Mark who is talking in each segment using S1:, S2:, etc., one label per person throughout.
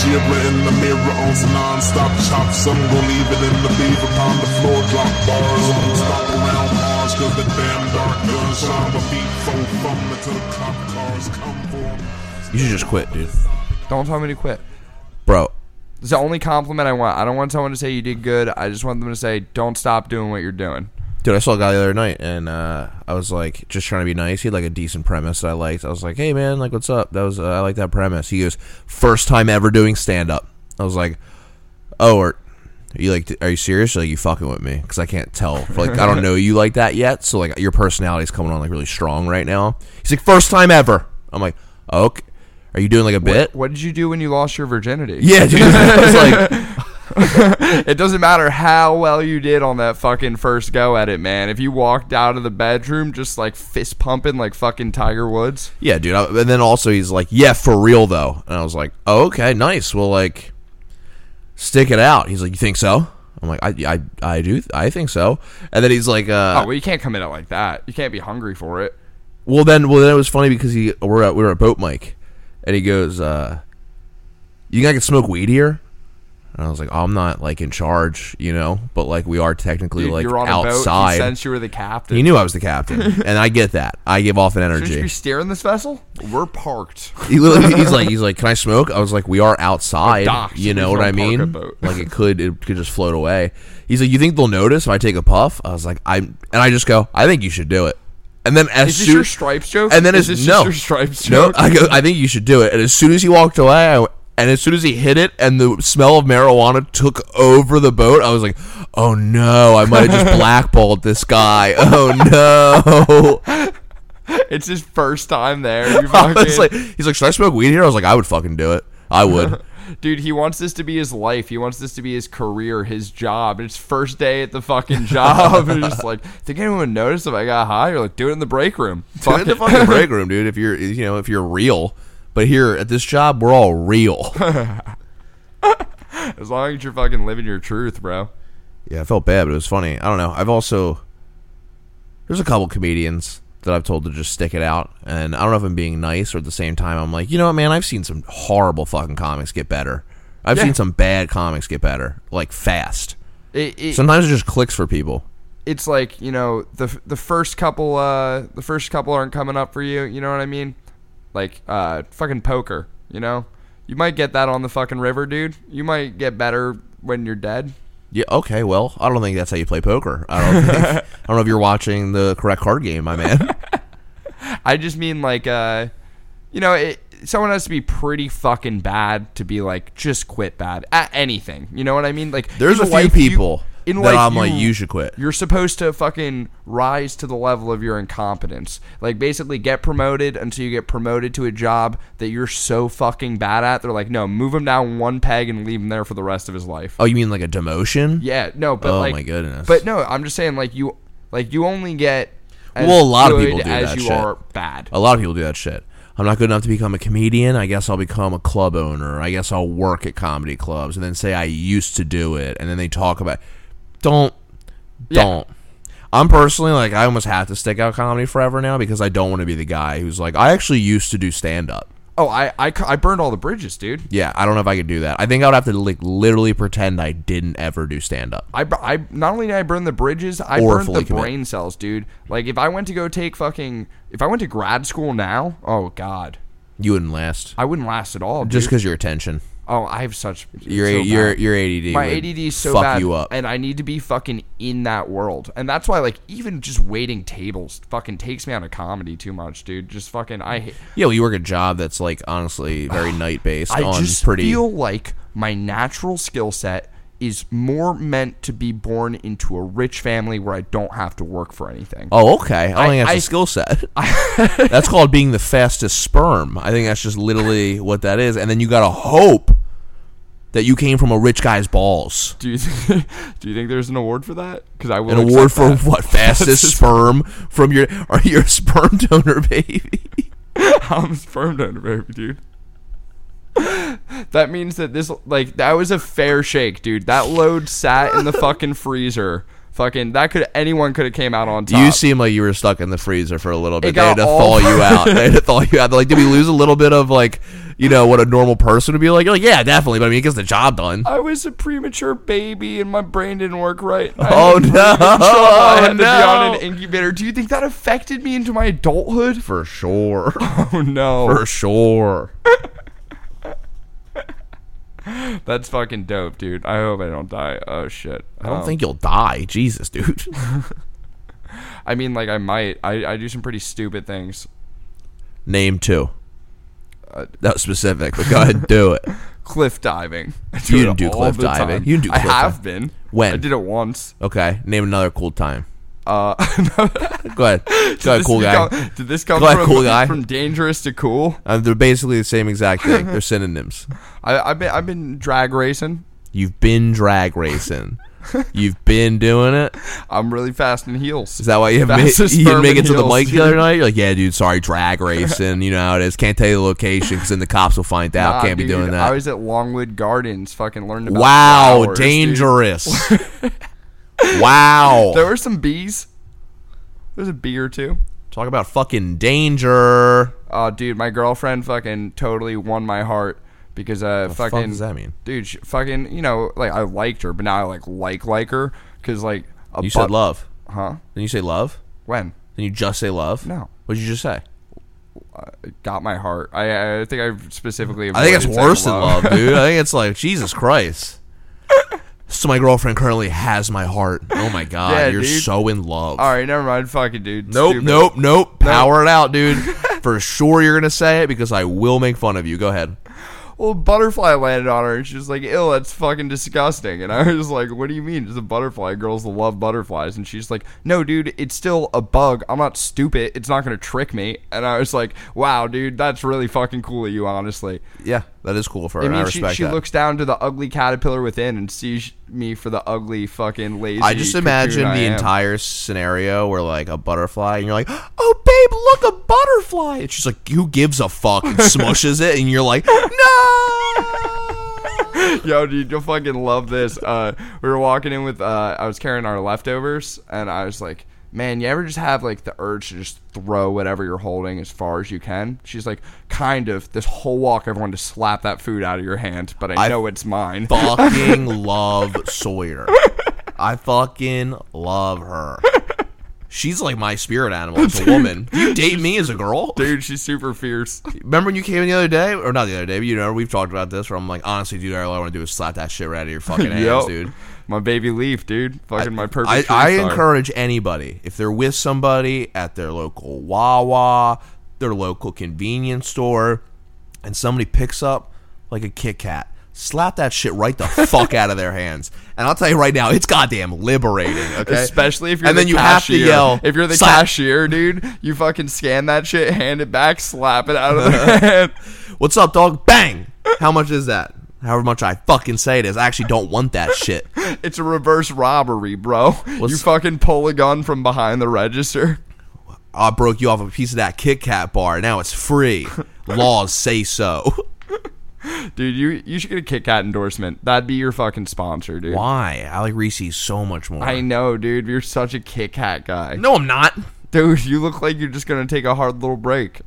S1: Zebra in the mirror on some non-stop chops. I'm gonna leave it in the beaver upon the floor. Drop bars on the stop around Mars. Cause the damn dark gun shine my feet. Phone from the to the cop cars come for 'em.
S2: You should just quit, dude.
S3: Don't tell me to quit.
S2: Bro,
S3: It's the only compliment I want. I don't want someone to say you did good. I just want them to say, don't stop doing what you're doing.
S2: Dude, I saw a guy the other night, and uh, I was like, just trying to be nice. He had like a decent premise that I liked. I was like, "Hey, man, like, what's up?" That was uh, I like that premise. He goes, first time ever doing stand up." I was like, "Oh, are, are you like, are you serious? Or, like, you fucking with me? Because I can't tell. Like, I don't know you like that yet. So like, your personality's coming on like really strong right now." He's like, first time ever." I'm like, "Okay, are you doing like a bit?"
S3: What did you do when you lost your virginity?
S2: Yeah, dude. I was like,
S3: It doesn't matter how well you did on that fucking first go at it, man. If you walked out of the bedroom just like fist pumping like fucking Tiger Woods,
S2: "Yeah, dude." I, and then also he's like, "Yeah, for real though." And I was like, oh, "Okay, nice. Well, like." stick it out. He's like, you think so? I'm like, I, I, I do, I think so. And then he's like,
S3: oh,
S2: uh,
S3: well, you can't come in it like that. You can't be hungry for it.
S2: well then, well then it was funny because he, we're at, we were at boat mic, and he goes, uh, you think I can smoke weed here? And I was like, I'm not like in charge, you know, but like we are technically
S3: Dude,
S2: like
S3: you're on a boat. He
S2: outside.
S3: since you were the captain.
S2: He, knew I was the captain, and I get that. I give off an
S3: Shouldn't you be
S2: energy.
S3: steering this vessel? We're parked.
S2: He literally, he's like, he's like, can I smoke? I was like, we are outside.
S3: docked.
S2: You
S3: We
S2: know
S3: don't
S2: what I
S3: park a
S2: mean?
S3: boat.
S2: Like it could, it could just float away. He's like, you think they'll notice if I take a puff? I was like, I, and I just go, I think you should do it. And then as
S3: Is this
S2: soon,
S3: your stripes joke?
S2: and then
S3: Is
S2: as
S3: this
S2: no,
S3: just your stripes
S2: no,
S3: joke?
S2: I go, I think you should do it. And as soon as he walked away, I, went- and as soon as he hit it, and the smell of marijuana took over the boat, I was like, oh no, I might have just blackballed this guy. Oh no.
S3: it's his first time there. You
S2: I
S3: fucking,
S2: was like, he's like, should I smoke weed here? I was like, I would fucking do it. I would.
S3: dude, he wants this to be his life. He wants this to be his career, his job. It's first day at the fucking job. and just like, think anyone would notice if I got high? You're like, do it in the break room.
S2: Put
S3: Fuck
S2: it in the
S3: it.
S2: fucking break room, dude. If you're, you know, if you're real. But here at this job, we're all real.
S3: As long as you're fucking living your truth, bro.
S2: yeah, I felt bad, but it was funny. I don't know. I've also there's a couple comedians that I've told to just stick it out, and I don't know if I'm being nice or at the same time I'm like, you know what, man? I've seen some horrible fucking comics get better. I've
S3: Yeah.
S2: seen some bad comics get better, like fast.
S3: It, it,
S2: Sometimes it just clicks for people.
S3: it's like you know the the first couple uh the first couple aren't coming up for you you know what i mean like uh fucking poker you know you might get that on the fucking river dude you might get better when you're dead
S2: Yeah. Okay. Well, I don't think that's how you play poker. I don't. Think, I don't know if you're watching the correct card game, my man.
S3: i just mean like uh you know it someone has to be pretty fucking bad to be like just quit bad at anything you know what i mean like
S2: There's
S3: in
S2: a few
S3: life, you-
S2: people
S3: in
S2: that
S3: life,
S2: I'm like, you should quit.
S3: You're supposed to fucking rise to the level of your incompetence. Like basically get promoted until you get promoted to a job that you're so fucking bad at. They're like, no, move him down one peg and leave him there for the rest of his life.
S2: Oh, you mean like a demotion?
S3: yeah, no, but
S2: Oh
S3: like,
S2: my goodness.
S3: But no, I'm just saying like you, like you only get as
S2: Well, a lot of
S3: good
S2: people do
S3: as
S2: that
S3: you
S2: shit.
S3: are bad.
S2: A lot of people do that shit. I'm not good enough to become a comedian. I guess I'll become a club owner. I guess I'll work at comedy clubs and then say I used to do it. And then they talk about don't
S3: Yeah.
S2: don't. I'm personally like I almost have to stick out comedy forever now because I don't want to be the guy who's like I actually used to do stand up.
S3: Oh, I, I cu- I burned all the bridges, dude.
S2: Yeah, I don't know if I could do that. I think I would have to like literally pretend I didn't ever do stand up.
S3: I, br- I not only did I burn the bridges, I
S2: Or
S3: burned the
S2: fully commit.
S3: brain cells, dude. Like if I went to go take fucking if I went to grad school now, oh god,
S2: You wouldn't last
S3: I wouldn't last at all.
S2: just
S3: dude.
S2: because your attention.
S3: oh, I have such
S2: Your
S3: so
S2: A-
S3: bad.
S2: your your ADD.
S3: my
S2: would
S3: ADD is so
S2: fuck
S3: bad,
S2: you up.
S3: and I need to be fucking in that world, and that's why like even just waiting tables fucking takes me out of comedy too much, dude. Just fucking I hate.
S2: Yeah, well, you work a job that's like honestly very night based
S3: I
S2: on
S3: just
S2: pretty.
S3: feel like my natural skill set is more meant to be born into a rich family where I don't have to work for anything.
S2: oh, okay. I don't think that's
S3: I-
S2: a skill set. that's called being the fastest sperm. I think that's just literally what that is. And then you gotta hope that you came from a rich guy's balls.
S3: Do you think, do you think there's an award for that? Because I will
S2: An
S3: accept
S2: award for
S3: that.
S2: what? Fastest sperm from your are your sperm donor baby?
S3: I'm a sperm donor, baby, dude. that means that this like that was a fair shake, dude. That load sat in the fucking freezer Fucking that could anyone could have came out on top.
S2: You seem like you were stuck in the freezer for a little bit. They had
S3: Uh, got
S2: to thaw
S3: all-
S2: you out. They had to thaw you out. They're Like, did we lose a little bit of like, you know, what a normal person would be like? You're like, yeah, definitely. But I mean, it gets the job done.
S3: I was a premature baby and my brain didn't work right. I
S2: Oh
S3: had a
S2: no!
S3: I had to be on
S2: no.
S3: an incubator. Do you think that affected me into my adulthood?
S2: for sure.
S3: Oh no.
S2: For sure.
S3: That's fucking dope, dude. I hope I don't die. Oh shit.
S2: I don't think you'll die. Jesus, dude.
S3: I mean, like I might. I, I do some pretty stupid things.
S2: Name two.
S3: Uh,
S2: Not specific, but go ahead and do it.
S3: Cliff diving. I
S2: You
S3: it
S2: didn't do
S3: all
S2: cliff
S3: the
S2: diving.
S3: time.
S2: You didn't do
S3: I
S2: cliff
S3: have been.
S2: When?
S3: I did it once.
S2: Okay. Name another cool time.
S3: Uh,
S2: Go ahead. Go ahead,
S3: this
S2: cool guy.
S3: become- did this come
S2: Go ahead,
S3: from,
S2: cool guy.
S3: from dangerous to cool?
S2: Uh, they're basically the same exact thing. They're synonyms.
S3: I, I've been I've been drag racing.
S2: You've been drag racing. You've been doing it.
S3: I'm really fast in heels.
S2: Is that why you haven't made,
S3: Fastest
S2: you didn't make
S3: sperm
S2: it to the
S3: heels,
S2: mic
S3: dude.
S2: the other night? You're like, yeah, dude, sorry, drag racing. You know how it is. Can't tell you the location because then the cops will find out.
S3: Nah,
S2: Can't be
S3: dude,
S2: doing
S3: I
S2: that.
S3: was at Longwood Gardens, fucking learning about
S2: Wow,
S3: flowers, dude.
S2: dangerous. wow.
S3: There were some bees. There was a bee or two.
S2: Talk about fucking danger.
S3: Oh, dude, my girlfriend fucking totally won my heart because uh,
S2: fuck
S3: fucking.
S2: does that mean?
S3: Dude, she, fucking, you know, like I liked her, but now I like like like her because like a
S2: You said
S3: butt-
S2: love.
S3: huh?
S2: Then you say love.
S3: When?
S2: Then you just say love.
S3: No.
S2: What'd you just say?
S3: It got my heart. I I think I specifically.
S2: I think it's
S3: avoided saying
S2: worse than love, dude. I think it's like Jesus Christ. So my girlfriend currently has my heart. Oh my god,
S3: Yeah,
S2: you're
S3: dude.
S2: so in love.
S3: All right, never mind. Fucking dude.
S2: Nope,
S3: Stupid.
S2: nope, nope. Power it out, dude. For sure you're gonna say it because I will make fun of you. Go ahead.
S3: Well, a butterfly landed on her, and she was like, "Ill, that's fucking disgusting." And I was like, "What do you mean? It's a butterfly. Girls love butterflies." And she's like, "No, dude, it's still a bug. I'm not stupid. It's not gonna trick me." And I was like, "Wow, dude, that's really fucking cool of you, honestly."
S2: Yeah, that is cool for her.
S3: I
S2: and I
S3: mean, she,
S2: respect
S3: she
S2: that.
S3: looks down to the ugly caterpillar within and sees me for the ugly fucking lazy.
S2: I just
S3: cocoon
S2: imagine
S3: I
S2: the
S3: am.
S2: entire scenario where like a butterfly and you're like, "Oh babe, look a butterfly." And she's like, "Who gives a fuck?" and smushes it and you're like, "No!"
S3: Yo, dude, you'll fucking love this. Uh, we were walking in with, uh, I was carrying our leftovers, and I was like, man, you ever just have like the urge to just throw whatever you're holding as far as you can? She's like, kind of. This whole walk, I've wanted to slap that food out of your hand, but I,
S2: I
S3: know it's mine.
S2: fucking love Sawyer. I fucking love her. She's like my spirit animal. It's a woman. Do you date me as a girl?
S3: Dude, she's super fierce.
S2: Remember when you came in the other day, or not the other day, but you know we've talked about this. Where I'm like, honestly, dude, all I want to do is slap that shit right out of your fucking hands,
S3: Yo,
S2: dude.
S3: My baby leaf, dude. Fucking my perfect.
S2: I,
S3: tree
S2: I
S3: star.
S2: encourage anybody if they're with somebody at their local Wawa, their local convenience store, and somebody picks up like a Kit Kat, slap that shit right the fuck out of their hands. And I'll tell you right now, it's goddamn liberating. Okay,
S3: Especially if you're
S2: and
S3: the
S2: then you
S3: cashier.
S2: have to yell
S3: If you're the
S2: "Slap
S3: cashier, dude, you fucking scan that shit, hand it back, slap it out of their hand.
S2: What's up, dog? Bang! How much is that? However much I fucking say it is, I actually don't want that shit.
S3: It's a reverse robbery, bro. you fucking pull a gun from behind the register.
S2: I broke you off a piece of that Kit Kat bar. Now it's free. Laws say so.
S3: Dude, you you should get a Kit Kat endorsement. That'd be your fucking sponsor, dude.
S2: Why? I like Reese's so much more.
S3: I know, dude. You're such a Kit Kat guy.
S2: no, I'm not.
S3: Dude, you look like you're just gonna take a hard little break.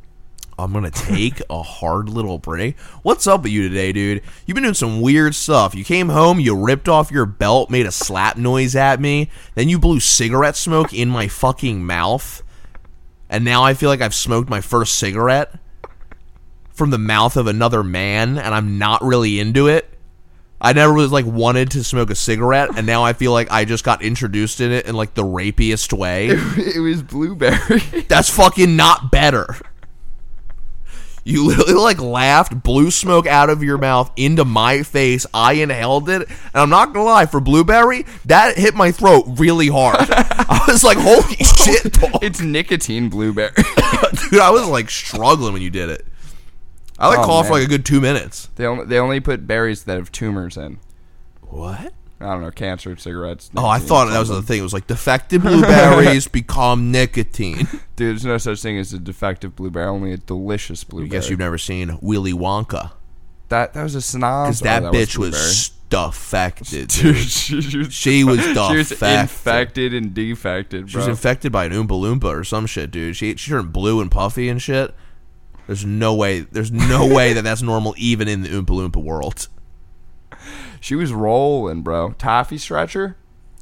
S2: I'm gonna take a hard little break. What's up with you today, dude? You've been doing some weird stuff. You came home, you ripped off your belt, made a slap noise at me, then you blew cigarette smoke in my fucking mouth, and now I feel like I've smoked my first cigarette from the mouth of another man, and I'm not really into it. I never was like wanted to smoke a cigarette, and now I feel like I just got introduced in it in like the rapiest way.
S3: it was blueberry.
S2: That's fucking not better. You literally like laughed, blew smoke out of your mouth into my face. I inhaled it, and I'm not gonna lie, for blueberry, that hit my throat really hard. I was like, "Holy shit, dog.
S3: it's nicotine blueberry.
S2: dude!" I was like struggling when you did it. I like
S3: Oh,
S2: coughed for
S3: man.
S2: like a good two minutes.
S3: they only they only put berries that have tumors in.
S2: What?
S3: I don't know, cancer, cigarettes.
S2: Oh, I
S3: nicotine.
S2: thought that was the thing. It was like defective blueberries become nicotine.
S3: dude, there's no such thing as a defective blueberry. Only a delicious
S2: I
S3: blueberry.
S2: guess you've never seen Willy Wonka.
S3: that that was a snob.
S2: Because that,
S3: oh,
S2: bitch was,
S3: blueberry.
S2: defected.
S3: Dude, she, she was,
S2: She was
S3: she was
S2: defected.
S3: infected and defected,
S2: She was
S3: bro.
S2: infected by an Oompa Loompa or some shit, dude. She she turned blue and puffy and shit. There's no way. There's no way that that's normal, even in the Oompa Loompa world.
S3: she was rolling, bro. Toffee stretcher.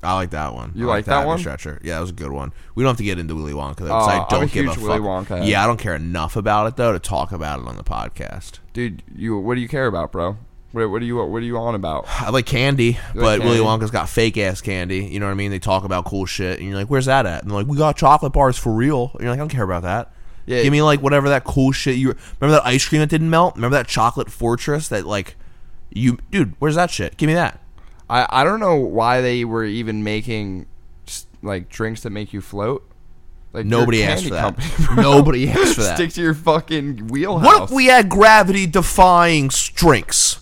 S2: I like that one.
S3: You
S2: I
S3: like that
S2: the
S3: one?
S2: Stretcher. Yeah, that was a good one. We don't have to get into Willy Wonka though, 'cause
S3: Oh,
S2: I
S3: I'm
S2: don't
S3: a
S2: give
S3: huge
S2: a
S3: Willy
S2: fuck.
S3: Wonka head.
S2: Yeah, I don't care enough about it though to talk about it on the podcast.
S3: Dude, you what do you care about, bro? What, what are you what are you on about?
S2: I like candy,
S3: You
S2: but
S3: like
S2: Willy
S3: candy?
S2: Wonka's got fake ass candy. You know what I mean? They talk about cool shit, and you're like, "Where's that at?" And they're like, "We got chocolate bars for real." And you're like, "I don't care about that."
S3: Yeah.
S2: Give me like whatever that cool shit you remember that ice cream that didn't melt. Remember that chocolate fortress that like you dude. Where's that shit? Give me that.
S3: I I don't know why they were even making s- like drinks that make you float. Like you're a
S2: Nobody asked
S3: candy
S2: for that.
S3: company, bro.
S2: Nobody asked for that.
S3: Stick to your fucking wheelhouse.
S2: What if we had gravity defying drinks?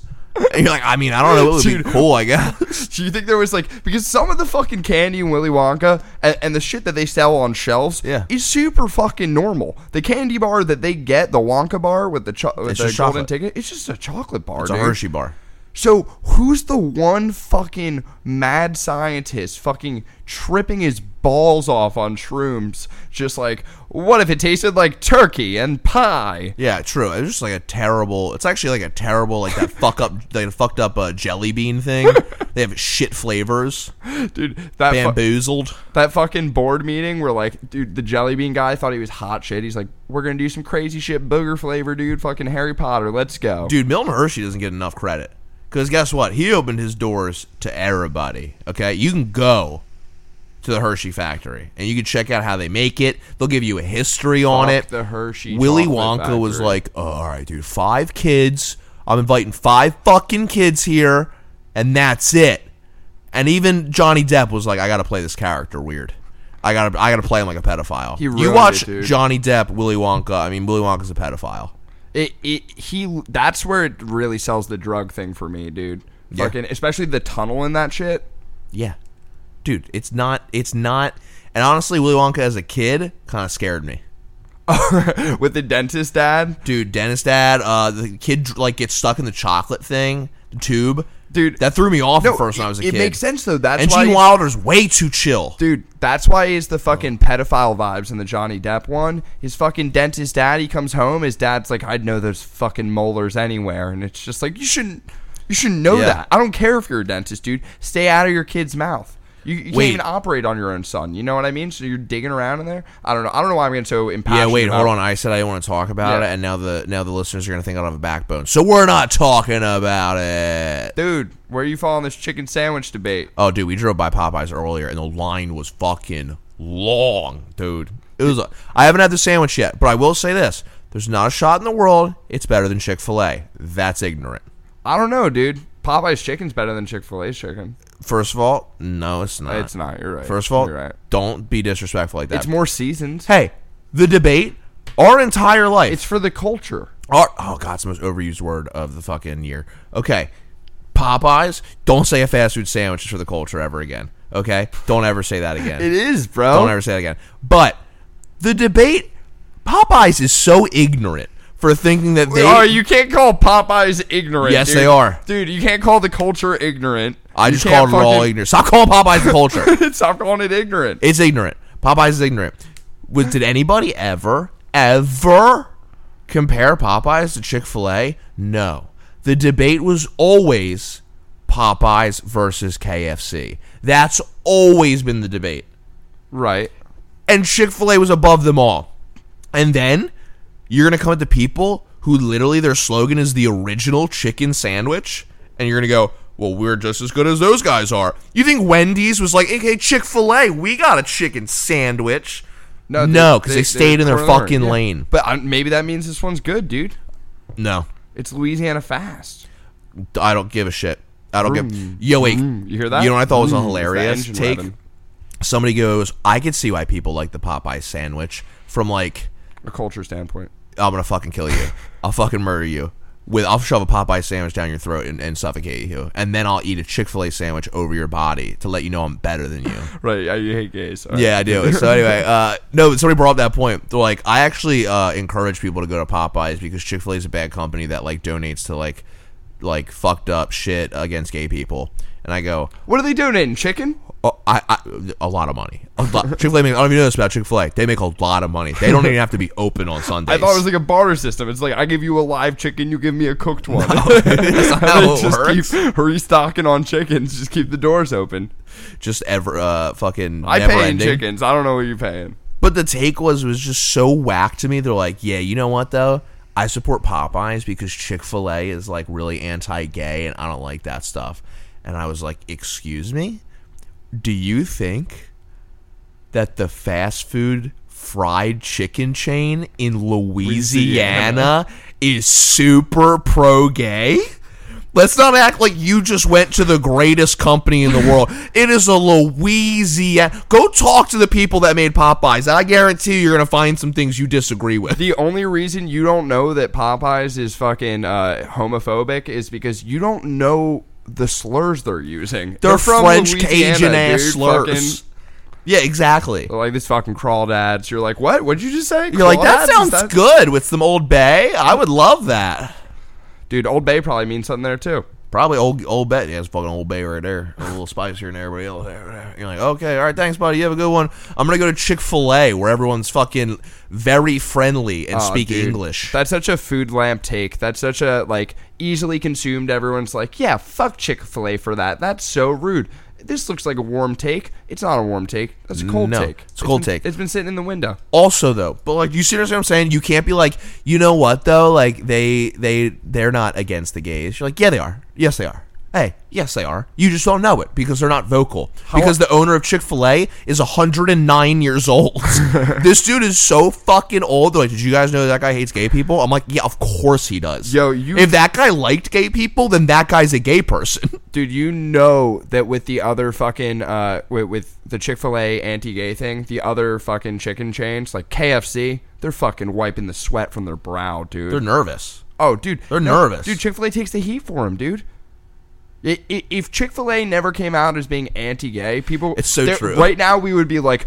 S2: And you're like, I mean, I don't know. It would
S3: Dude.
S2: be cool, I guess.
S3: Do you think there was like because some of the fucking candy in Willy Wonka and, and the shit that they sell on shelves
S2: Yeah.
S3: is super fucking normal. The candy bar that they get, the Wonka bar with the cho- with
S2: It's
S3: the
S2: just
S3: golden
S2: chocolate.
S3: ticket, it's just a chocolate bar.
S2: It's a
S3: dude.
S2: Hershey bar.
S3: So who's the one fucking mad scientist fucking tripping his balls off on shrooms? Just like what if it tasted like turkey and pie?
S2: Yeah, true. It's just like a terrible. It's actually like a terrible, like that fuck up, like a fucked up uh, jelly bean thing. they have shit flavors.
S3: Dude, that fu-
S2: Bamboozled.
S3: That fucking board meeting where like, dude, the jelly bean guy thought he was hot shit. He's like, we're gonna do some crazy shit, booger flavor, dude. Fucking Harry Potter, let's go.
S2: Dude, Milton Hershey doesn't get enough credit. Because guess what? He opened his doors to everybody. Okay? You can go to the Hershey factory and you can check out how they make it. They'll give you a history on
S3: Fuck
S2: it.
S3: the Hershey
S2: Willy Wonka
S3: chocolate
S2: was
S3: factory.
S2: like, oh, all right, dude, five kids. I'm inviting five fucking kids here, and that's it. And even Johnny Depp was like, I gotta play this character weird. I gotta, I gotta play him like a pedophile.
S3: He ruined
S2: you
S3: it,
S2: watch
S3: dude.
S2: Johnny Depp, Willy Wonka. I mean, Willy Wonka's a pedophile.
S3: it, it, he. That's where it really sells the drug thing for me, dude.
S2: Yeah.
S3: Fucking, especially the tunnel in that shit.
S2: Yeah, dude, it's not, it's not. And honestly, Willy Wonka as a kid kind of scared me.
S3: with the dentist dad,
S2: Dude, Dennis Dad, uh, the kid like gets stuck in the chocolate thing, the tube.
S3: dude.
S2: That threw me off at first
S3: it,
S2: when I was a
S3: it
S2: kid.
S3: makes sense though. That's
S2: and
S3: why
S2: Gene Wilder's way too chill.
S3: Dude, that's why he's the fucking
S2: Oh.
S3: pedophile vibes in the Johnny Depp one. His fucking dentist dad, he comes home, his dad's like, I'd know those fucking molars anywhere, and it's just like you shouldn't you shouldn't know
S2: Yeah.
S3: that. I don't care if you're a dentist, dude. Stay out of your kid's mouth. You, you can't
S2: Wait.
S3: even operate on your own son. You know what I mean? So you're digging around in there. I don't know. I don't know why I'm getting so
S2: yeah,
S3: impassioned.
S2: wait,
S3: about
S2: hold
S3: it.
S2: on. I said I didn't want to talk about
S3: Yeah.
S2: it, and now the now the listeners are gonna think I don't have a backbone. So we're not talking about it.
S3: Dude, where you fall on this chicken sandwich debate?
S2: Oh, dude, we drove by Popeyes earlier, and the line was fucking long, dude. It was. A, I haven't had the sandwich yet, but I will say this: there's not a shot in the world. It's better than Chick Fil A. That's ignorant.
S3: I don't know, dude. Popeye's chicken's better than Chick fil A's chicken.
S2: First of all, no, it's not.
S3: It's not. You're right.
S2: Uh, First of all,
S3: You're right.
S2: don't be disrespectful like that.
S3: It's more seasoned.
S2: hey, the debate, our entire life.
S3: It's for the culture.
S2: Our, oh god, it's the most overused word of the fucking year. Okay, Popeyes. Don't say a fast food sandwich is for the culture ever again. Okay, don't ever say that again.
S3: It is, bro.
S2: Don't ever say that again. But the debate, Popeyes is so ignorant for thinking that they.
S3: oh, you can't call Popeyes ignorant.
S2: Yes,
S3: dude.
S2: they are.
S3: Dude, you can't call the culture ignorant.
S2: I
S3: You
S2: just called
S3: can't
S2: it all
S3: fucking-
S2: ignorant. Stop calling Popeyes the culture.
S3: Stop calling it ignorant.
S2: It's ignorant. Popeyes is ignorant. Was, did anybody ever, ever compare Popeyes to Chick fil A? No. The debate was always Popeyes versus KFC. That's always been the debate.
S3: right.
S2: And Chick fil A was above them all. And then you're going to come at the people who literally their slogan is the original chicken sandwich. And you're going to go, well, we're just as good as those guys are. You think Wendy's was like, okay, Chick fil A, we got a chicken sandwich. No,
S3: they-
S2: because they, stayed in their
S3: correlate,
S2: fucking
S3: yeah.
S2: lane.
S3: But uh, maybe that means this one's good, dude.
S2: No,
S3: It's Louisiana fast.
S2: I don't give a shit. I don't give. Yo, wait.
S3: You hear that?
S2: You know what I thought was a
S3: Mm, it's the
S2: hilarious
S3: engine
S2: take?
S3: revving.
S2: Somebody goes, I could see why people like the Popeye sandwich from like
S3: A culture standpoint.
S2: I'm gonna fucking kill you. I'll fucking murder you. With I'll shove a Popeye sandwich down your throat and, and suffocate you, and then I'll eat a Chick Fil A sandwich over your body to let you know I'm better than you.
S3: Right. Yeah, you hate gays. All
S2: yeah, I
S3: right.
S2: do. So anyway, uh, no, but somebody brought up that point. They're like, I actually uh, encourage people to go to Popeyes because Chick Fil A is a bad company that like donates to like like fucked up shit against gay people, and I go,
S3: What are they donating? Chicken?
S2: oh, I, I a lot of money. Chick Fil A. I don't know if you know this about Chick Fil A. They make a lot of money. They don't even have to be open on Sundays.
S3: I thought it was like a barter system. It's like I give you a live chicken, you give me a cooked one.
S2: That's not how it
S3: just
S2: works.
S3: keep restocking on chickens. Just keep the doors open.
S2: just ever uh fucking
S3: I
S2: never
S3: pay in
S2: ending.
S3: chickens. I don't know what you're paying.
S2: But the take was was just so whack to me. They're like, yeah, you know what though. I support Popeyes because Chick Fil A is like really anti-gay, and I don't like that stuff. And I was like, "Excuse me, do you think that the fast food fried chicken chain in Louisiana, is super pro gay. Let's not act like you just went to the greatest company in the world. It is a Louisiana. Go talk to the people that made Popeyes. I guarantee you're going to find some things you disagree with.
S3: The only reason you don't know that Popeyes is fucking uh, homophobic is because you don't know the slurs they're using. They're,
S2: French
S3: Louisiana,
S2: Cajun ass
S3: dude. Oh,
S2: slurs. yeah, exactly.
S3: Fucking- like this fucking crawdads. You're like, what? What'd you just say?
S2: You're like,
S3: Crawdads?
S2: that
S3: Is
S2: sounds good with some Old Bay. I would love that.
S3: Dude, Old Bay probably means something there too.
S2: Probably old old bet. Yeah, it's fucking old bay right there. A little spicier than everybody else. You're like, okay, all right, thanks, buddy. You have a good one. I'm gonna go to Chick Fil A where everyone's fucking very friendly and
S3: Aw,
S2: speak
S3: dude,
S2: English.
S3: That's such a food lamp take. That's such a like easily consumed. Everyone's like, yeah, fuck Chick Fil A for that. That's so rude. This looks like a warm take. It's not a warm take. That's a cold
S2: No,
S3: take.
S2: it's a cold
S3: been-
S2: take.
S3: It's been sitting in the window.
S2: also though, but like you see what I'm saying? You can't be like, you know what though? Like they they they're not against the gays. You're like, yeah, they are. Yes, they are. Hey, yes, they are. You just don't know it because they're not vocal. because the owner of Chick Fil A is 109 years old. this dude is so fucking old. They're like, did you guys know that guy hates gay people? I'm like, yeah, of course he does.
S3: Yo, you-
S2: If that guy liked gay people, then that guy's a gay person.
S3: Dude, you know that with the other fucking uh with, with the Chick Fil A anti-gay thing, the other fucking chicken chains like KFC, they're fucking wiping the sweat from their brow, dude.
S2: they're nervous.
S3: Oh, dude,
S2: They're nervous.
S3: Dude, Chick Fil A takes the heat for him, dude. I- i- If Chick Fil A never came out as being anti-gay, people,
S2: It's so
S3: there-
S2: true.
S3: Right now, we would be like,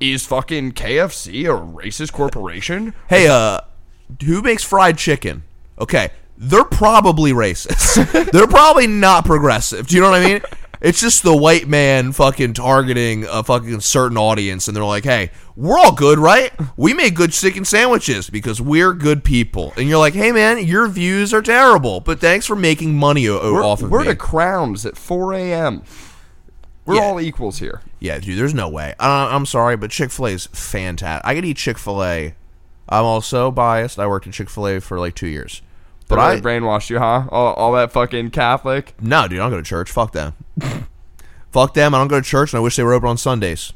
S3: "Is fucking KFC a racist corporation?"
S2: hey, uh, who makes fried chicken? Okay, they're probably racist. they're probably not progressive. Do you know what I mean? It's just the white man fucking targeting a fucking certain audience, and they're like, "Hey, we're all good, right? We make good chicken sandwiches because we're good people." And you're like, "Hey, man, your views are terrible, but thanks for making money o-
S3: We're,
S2: off of
S3: we're
S2: me."
S3: the crowns at 4 a.m. We're
S2: Yeah.
S3: all equals here.
S2: Yeah, dude, there's no way. I, I'm sorry, but Chick Fil A is fantastic. I could eat Chick Fil A. I'm also biased. I worked at Chick Fil A for like two years, but
S3: But I
S2: I
S3: brainwashed you, huh? All, all that fucking Catholic.
S2: No, dude, I don't go to church. Fuck them. Fuck them. I don't go to church, and I wish they were open on Sundays.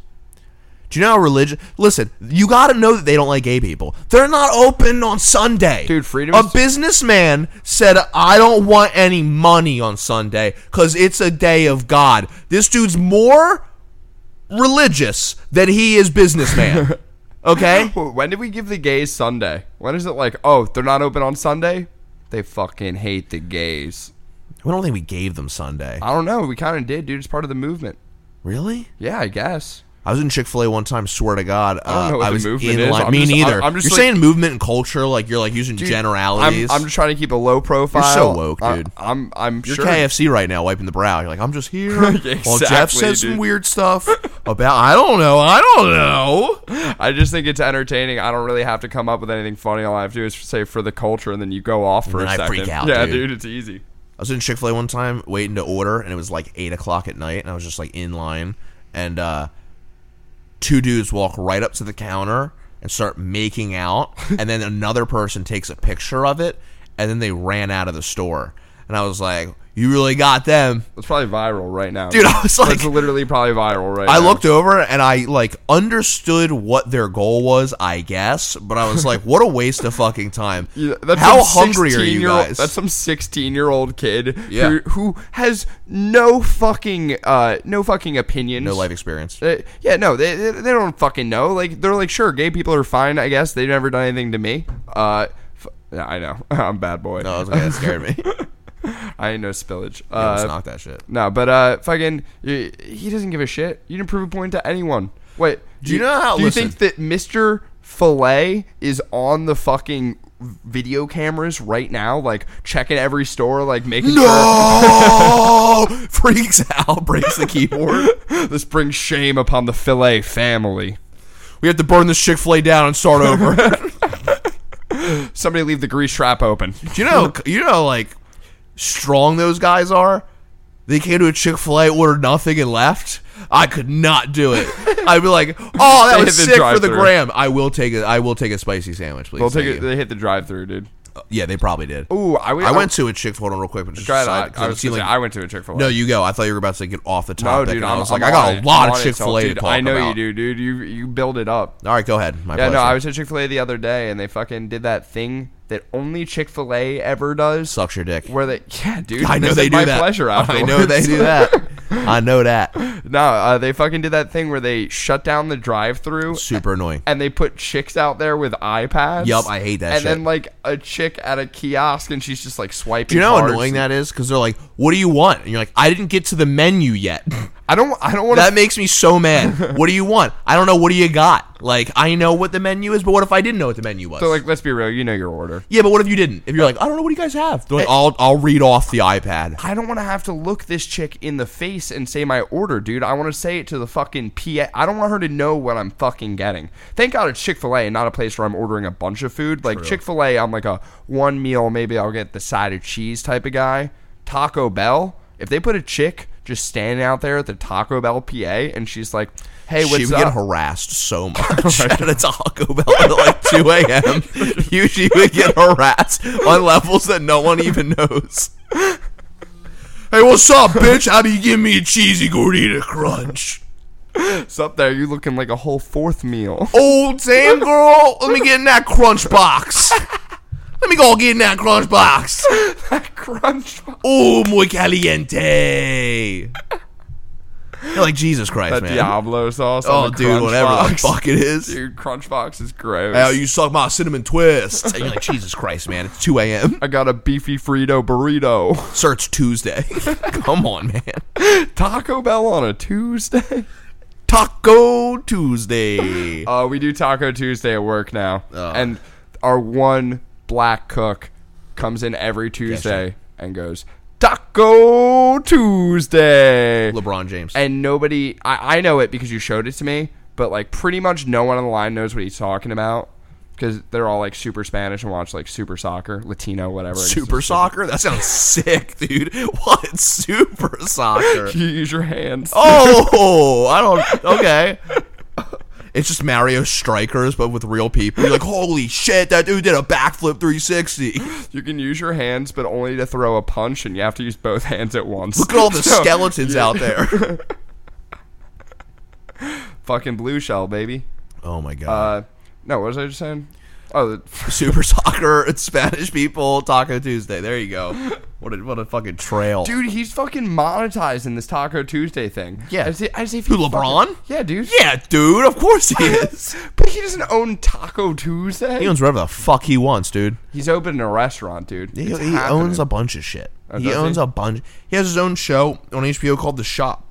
S2: Do you know how religion? Listen, you got to know that they don't like gay people. They're not open on Sunday,
S3: Dude, freedom
S2: A
S3: is-
S2: businessman said, "I don't want any money on Sunday because it's a day of God." This dude's more religious than he is businessman. okay,
S3: Wh- When did we give the gays Sunday? When is it like, oh, they're not open on Sunday? They fucking hate the gays.
S2: I don't think we gave them Sunday.
S3: I don't know. We kind of did, dude. It's part of the movement.
S2: Really?
S3: Yeah, I guess.
S2: I was in Chick Fil A one time. Swear to God, I,
S3: don't know
S2: uh,
S3: what
S2: I
S3: the
S2: was
S3: movement
S2: in
S3: is.
S2: line.
S3: I'm
S2: Me
S3: just-
S2: neither.
S3: I'm- I'm just
S2: you're
S3: like-
S2: saying movement and culture, like you're like using
S3: Dude,
S2: generalities.
S3: I'm, I'm just trying to keep a low profile.
S2: so woke, dude.
S3: I, am I'm
S2: you're
S3: sure.
S2: KFC right now, wiping the brow. You're like, I'm just here. While Jeff
S3: exactly,
S2: said some
S3: dude.
S2: weird stuff about, I don't know, I don't know.
S3: I just think it's entertaining. I don't really have to come up with anything funny. All I have to do is say for the culture, and then you go off for
S2: then
S3: a
S2: I
S3: second.
S2: freak out,
S3: yeah,
S2: dude.
S3: it's easy.
S2: I was in Chick Fil A one time, waiting to order, and it was like eight o'clock at night, and I was just like in line, and uh, two dudes walk right up to the counter and start making out, and then another person takes a picture of it, and then they ran out of the store, and I was like, "You really got them."
S3: It's probably viral right now,
S2: Dude, I was like-
S3: it's literally probably viral right
S2: I
S3: now.
S2: looked over and I like understood what their goal was, I guess, but I was like, what a waste of fucking time.
S3: Yeah, that's
S2: How
S3: some
S2: hungry are you
S3: 16-year-old
S2: guys?
S3: That's some sixteen-year-old kid
S2: Yeah.
S3: who, who has no fucking uh, no fucking opinions,
S2: no life experience.
S3: Uh, yeah, no, they, they they don't fucking know. Like they're like, sure, gay people are fine. I guess they've never done anything to me. Uh, f- yeah, I know, I'm a bad boy.
S2: No, I was like, that scared me.
S3: I ain't no spillage.
S2: Let's
S3: Uh,
S2: knock that shit.
S3: no, but uh, fucking, y- he doesn't give a shit. You didn't prove a point to anyone. Wait, do
S2: you know how-
S3: Do you
S2: listen.
S3: think that Mister Fillet is on the fucking video cameras right now, like checking every store, like making
S2: No! Freaks out, breaks the keyboard.
S3: sure this brings shame upon the fillet family.
S2: We have to burn this Chick Fil A down and start over. Do
S3: Somebody leave the grease trap open.
S2: you know? You know, like strong those guys are. They came to a Chick Fil A, ordered nothing, and left. I could not do it. I'd be like, "Oh, that
S3: They
S2: was
S3: hit the
S2: sick for the
S3: drive-thru.
S2: gram." I will take it. I will take a spicy sandwich, please.
S3: They'll take
S2: Thank
S3: it.
S2: you.
S3: They hit the drive-through, dude.
S2: yeah, they probably did.
S3: Ooh, I, w-
S2: I went to a Chick Fil A real quick, but just
S3: Tried,
S2: aside,
S3: I,
S2: 'cause
S3: I
S2: it
S3: was
S2: seemed
S3: gonna say,
S2: like-
S3: I went to a Chick Fil A.
S2: no, you go. I thought you were about to say get off the topic, and I was like,
S3: I'm
S2: I got
S3: on
S2: a
S3: it.
S2: lot
S3: I'm
S2: of
S3: on it,
S2: Chick Fil A to
S3: dude.
S2: talk
S3: I know you
S2: about.
S3: do, dude. You you build it up.
S2: All right, go ahead. My
S3: Yeah,
S2: pleasure.
S3: no, I was at Chick Fil A the other day, and they fucking did that thing that only Chick Fil A ever does,
S2: sucks your dick.
S3: where they yeah, dude.
S2: I know
S3: this
S2: they
S3: is
S2: do
S3: my
S2: that.
S3: Pleasure
S2: I know they
S3: afterwards.
S2: do that. I know that.
S3: no, uh, they fucking did that thing where they shut down the drive-through.
S2: Super annoying.
S3: and they put chicks out there with iPads.
S2: Yup, I hate that
S3: And
S2: shit.
S3: then like a chick at a kiosk, and she's just like swiping.
S2: Do you know how
S3: cards.
S2: annoying that is? Because they're like, "What do you want?" And you're like, "I didn't get to the menu yet."
S3: I don't. I don't want
S2: that makes me so mad. What do you want? I don't know. What do you got? Like, I know what the menu is, but what if I didn't know what the menu was?
S3: So like, let's be real. You know your order.
S2: yeah, but what if you didn't? If you're like, "I don't know. What do you guys have?" They're like, "I'll I'll read off the iPad."
S3: I don't want to have to look this chick in the face and say my order, dude. I want to say it to the fucking PA. I don't want her to know what I'm fucking getting. Thank God it's Chick Fil A, and not a place where I'm ordering a bunch of food. Like Chick Fil A, I'm like a one meal, maybe I'll get the side of cheese type of guy. Taco Bell, if they put a chick just standing out there at the Taco Bell PA, and she's like, "Hey, what's
S2: she would
S3: up?"
S2: get harassed so much at a Taco Bell at like 2 a.m. You, she would get harassed on levels that no one even knows. Hey, what's up, bitch? How do you give me a cheesy gordita crunch?
S3: It's up there. You're looking like a whole fourth meal.
S2: Old Sam girl, let me get in that crunch box. Let me go get in that crunch box.
S3: Crunch.
S2: Oh, muy caliente. You're like Jesus Christ,
S3: That
S2: man.
S3: Diablo sauce.
S2: oh,
S3: on the
S2: dude,
S3: Crunch
S2: whatever
S3: Box.
S2: the fuck it is.
S3: Dude, Crunch Box is gross.
S2: Oh, you suck my cinnamon twist. And you're like, Jesus Christ, man. It's 2 a.m.
S3: I got a beefy Frito burrito.
S2: Sir, it's Tuesday. Come on, man.
S3: Taco Bell on a Tuesday.
S2: Taco Tuesday.
S3: Uh, we do Taco Tuesday at work now,
S2: Oh.
S3: and our one black cook comes in every Tuesday and goes Taco Tuesday.
S2: LeBron James.
S3: and nobody I, I know it because you showed it to me but like pretty much no one on the line knows what he's talking about because they're all like super spanish and watch like super soccer latino whatever it is.
S2: Super soccer? That sounds sick, dude. What? Super soccer?
S3: you use your hands
S2: Oh, I don't. Okay. It's just Mario Strikers, but with real people. You're like, holy shit, that dude did a backflip 360.
S3: you can use your hands but only to throw a punch and you have to use both hands at once
S2: Look at all the
S3: So,
S2: skeletons out there.
S3: fucking blue shell baby
S2: Oh my god.
S3: uh no what was i just saying oh the,
S2: Super soccer, it's Spanish people, Taco Tuesday. There you go. What a what a fucking trail.
S3: dude he's fucking monetizing this taco tuesday thing
S2: Yeah.
S3: as if, as if
S2: Who,
S3: he fucking-
S2: LeBron?
S3: yeah dude
S2: Yeah, dude, of course he is.
S3: but he doesn't own taco tuesday
S2: he owns whatever the fuck he wants, dude.
S3: He's opening a restaurant, dude.
S2: He,
S3: It's
S2: he
S3: happening. Uh,
S2: owns a bunch of shit. he
S3: does
S2: owns
S3: he?
S2: a bunch. He has his own show on HBO called The Shop.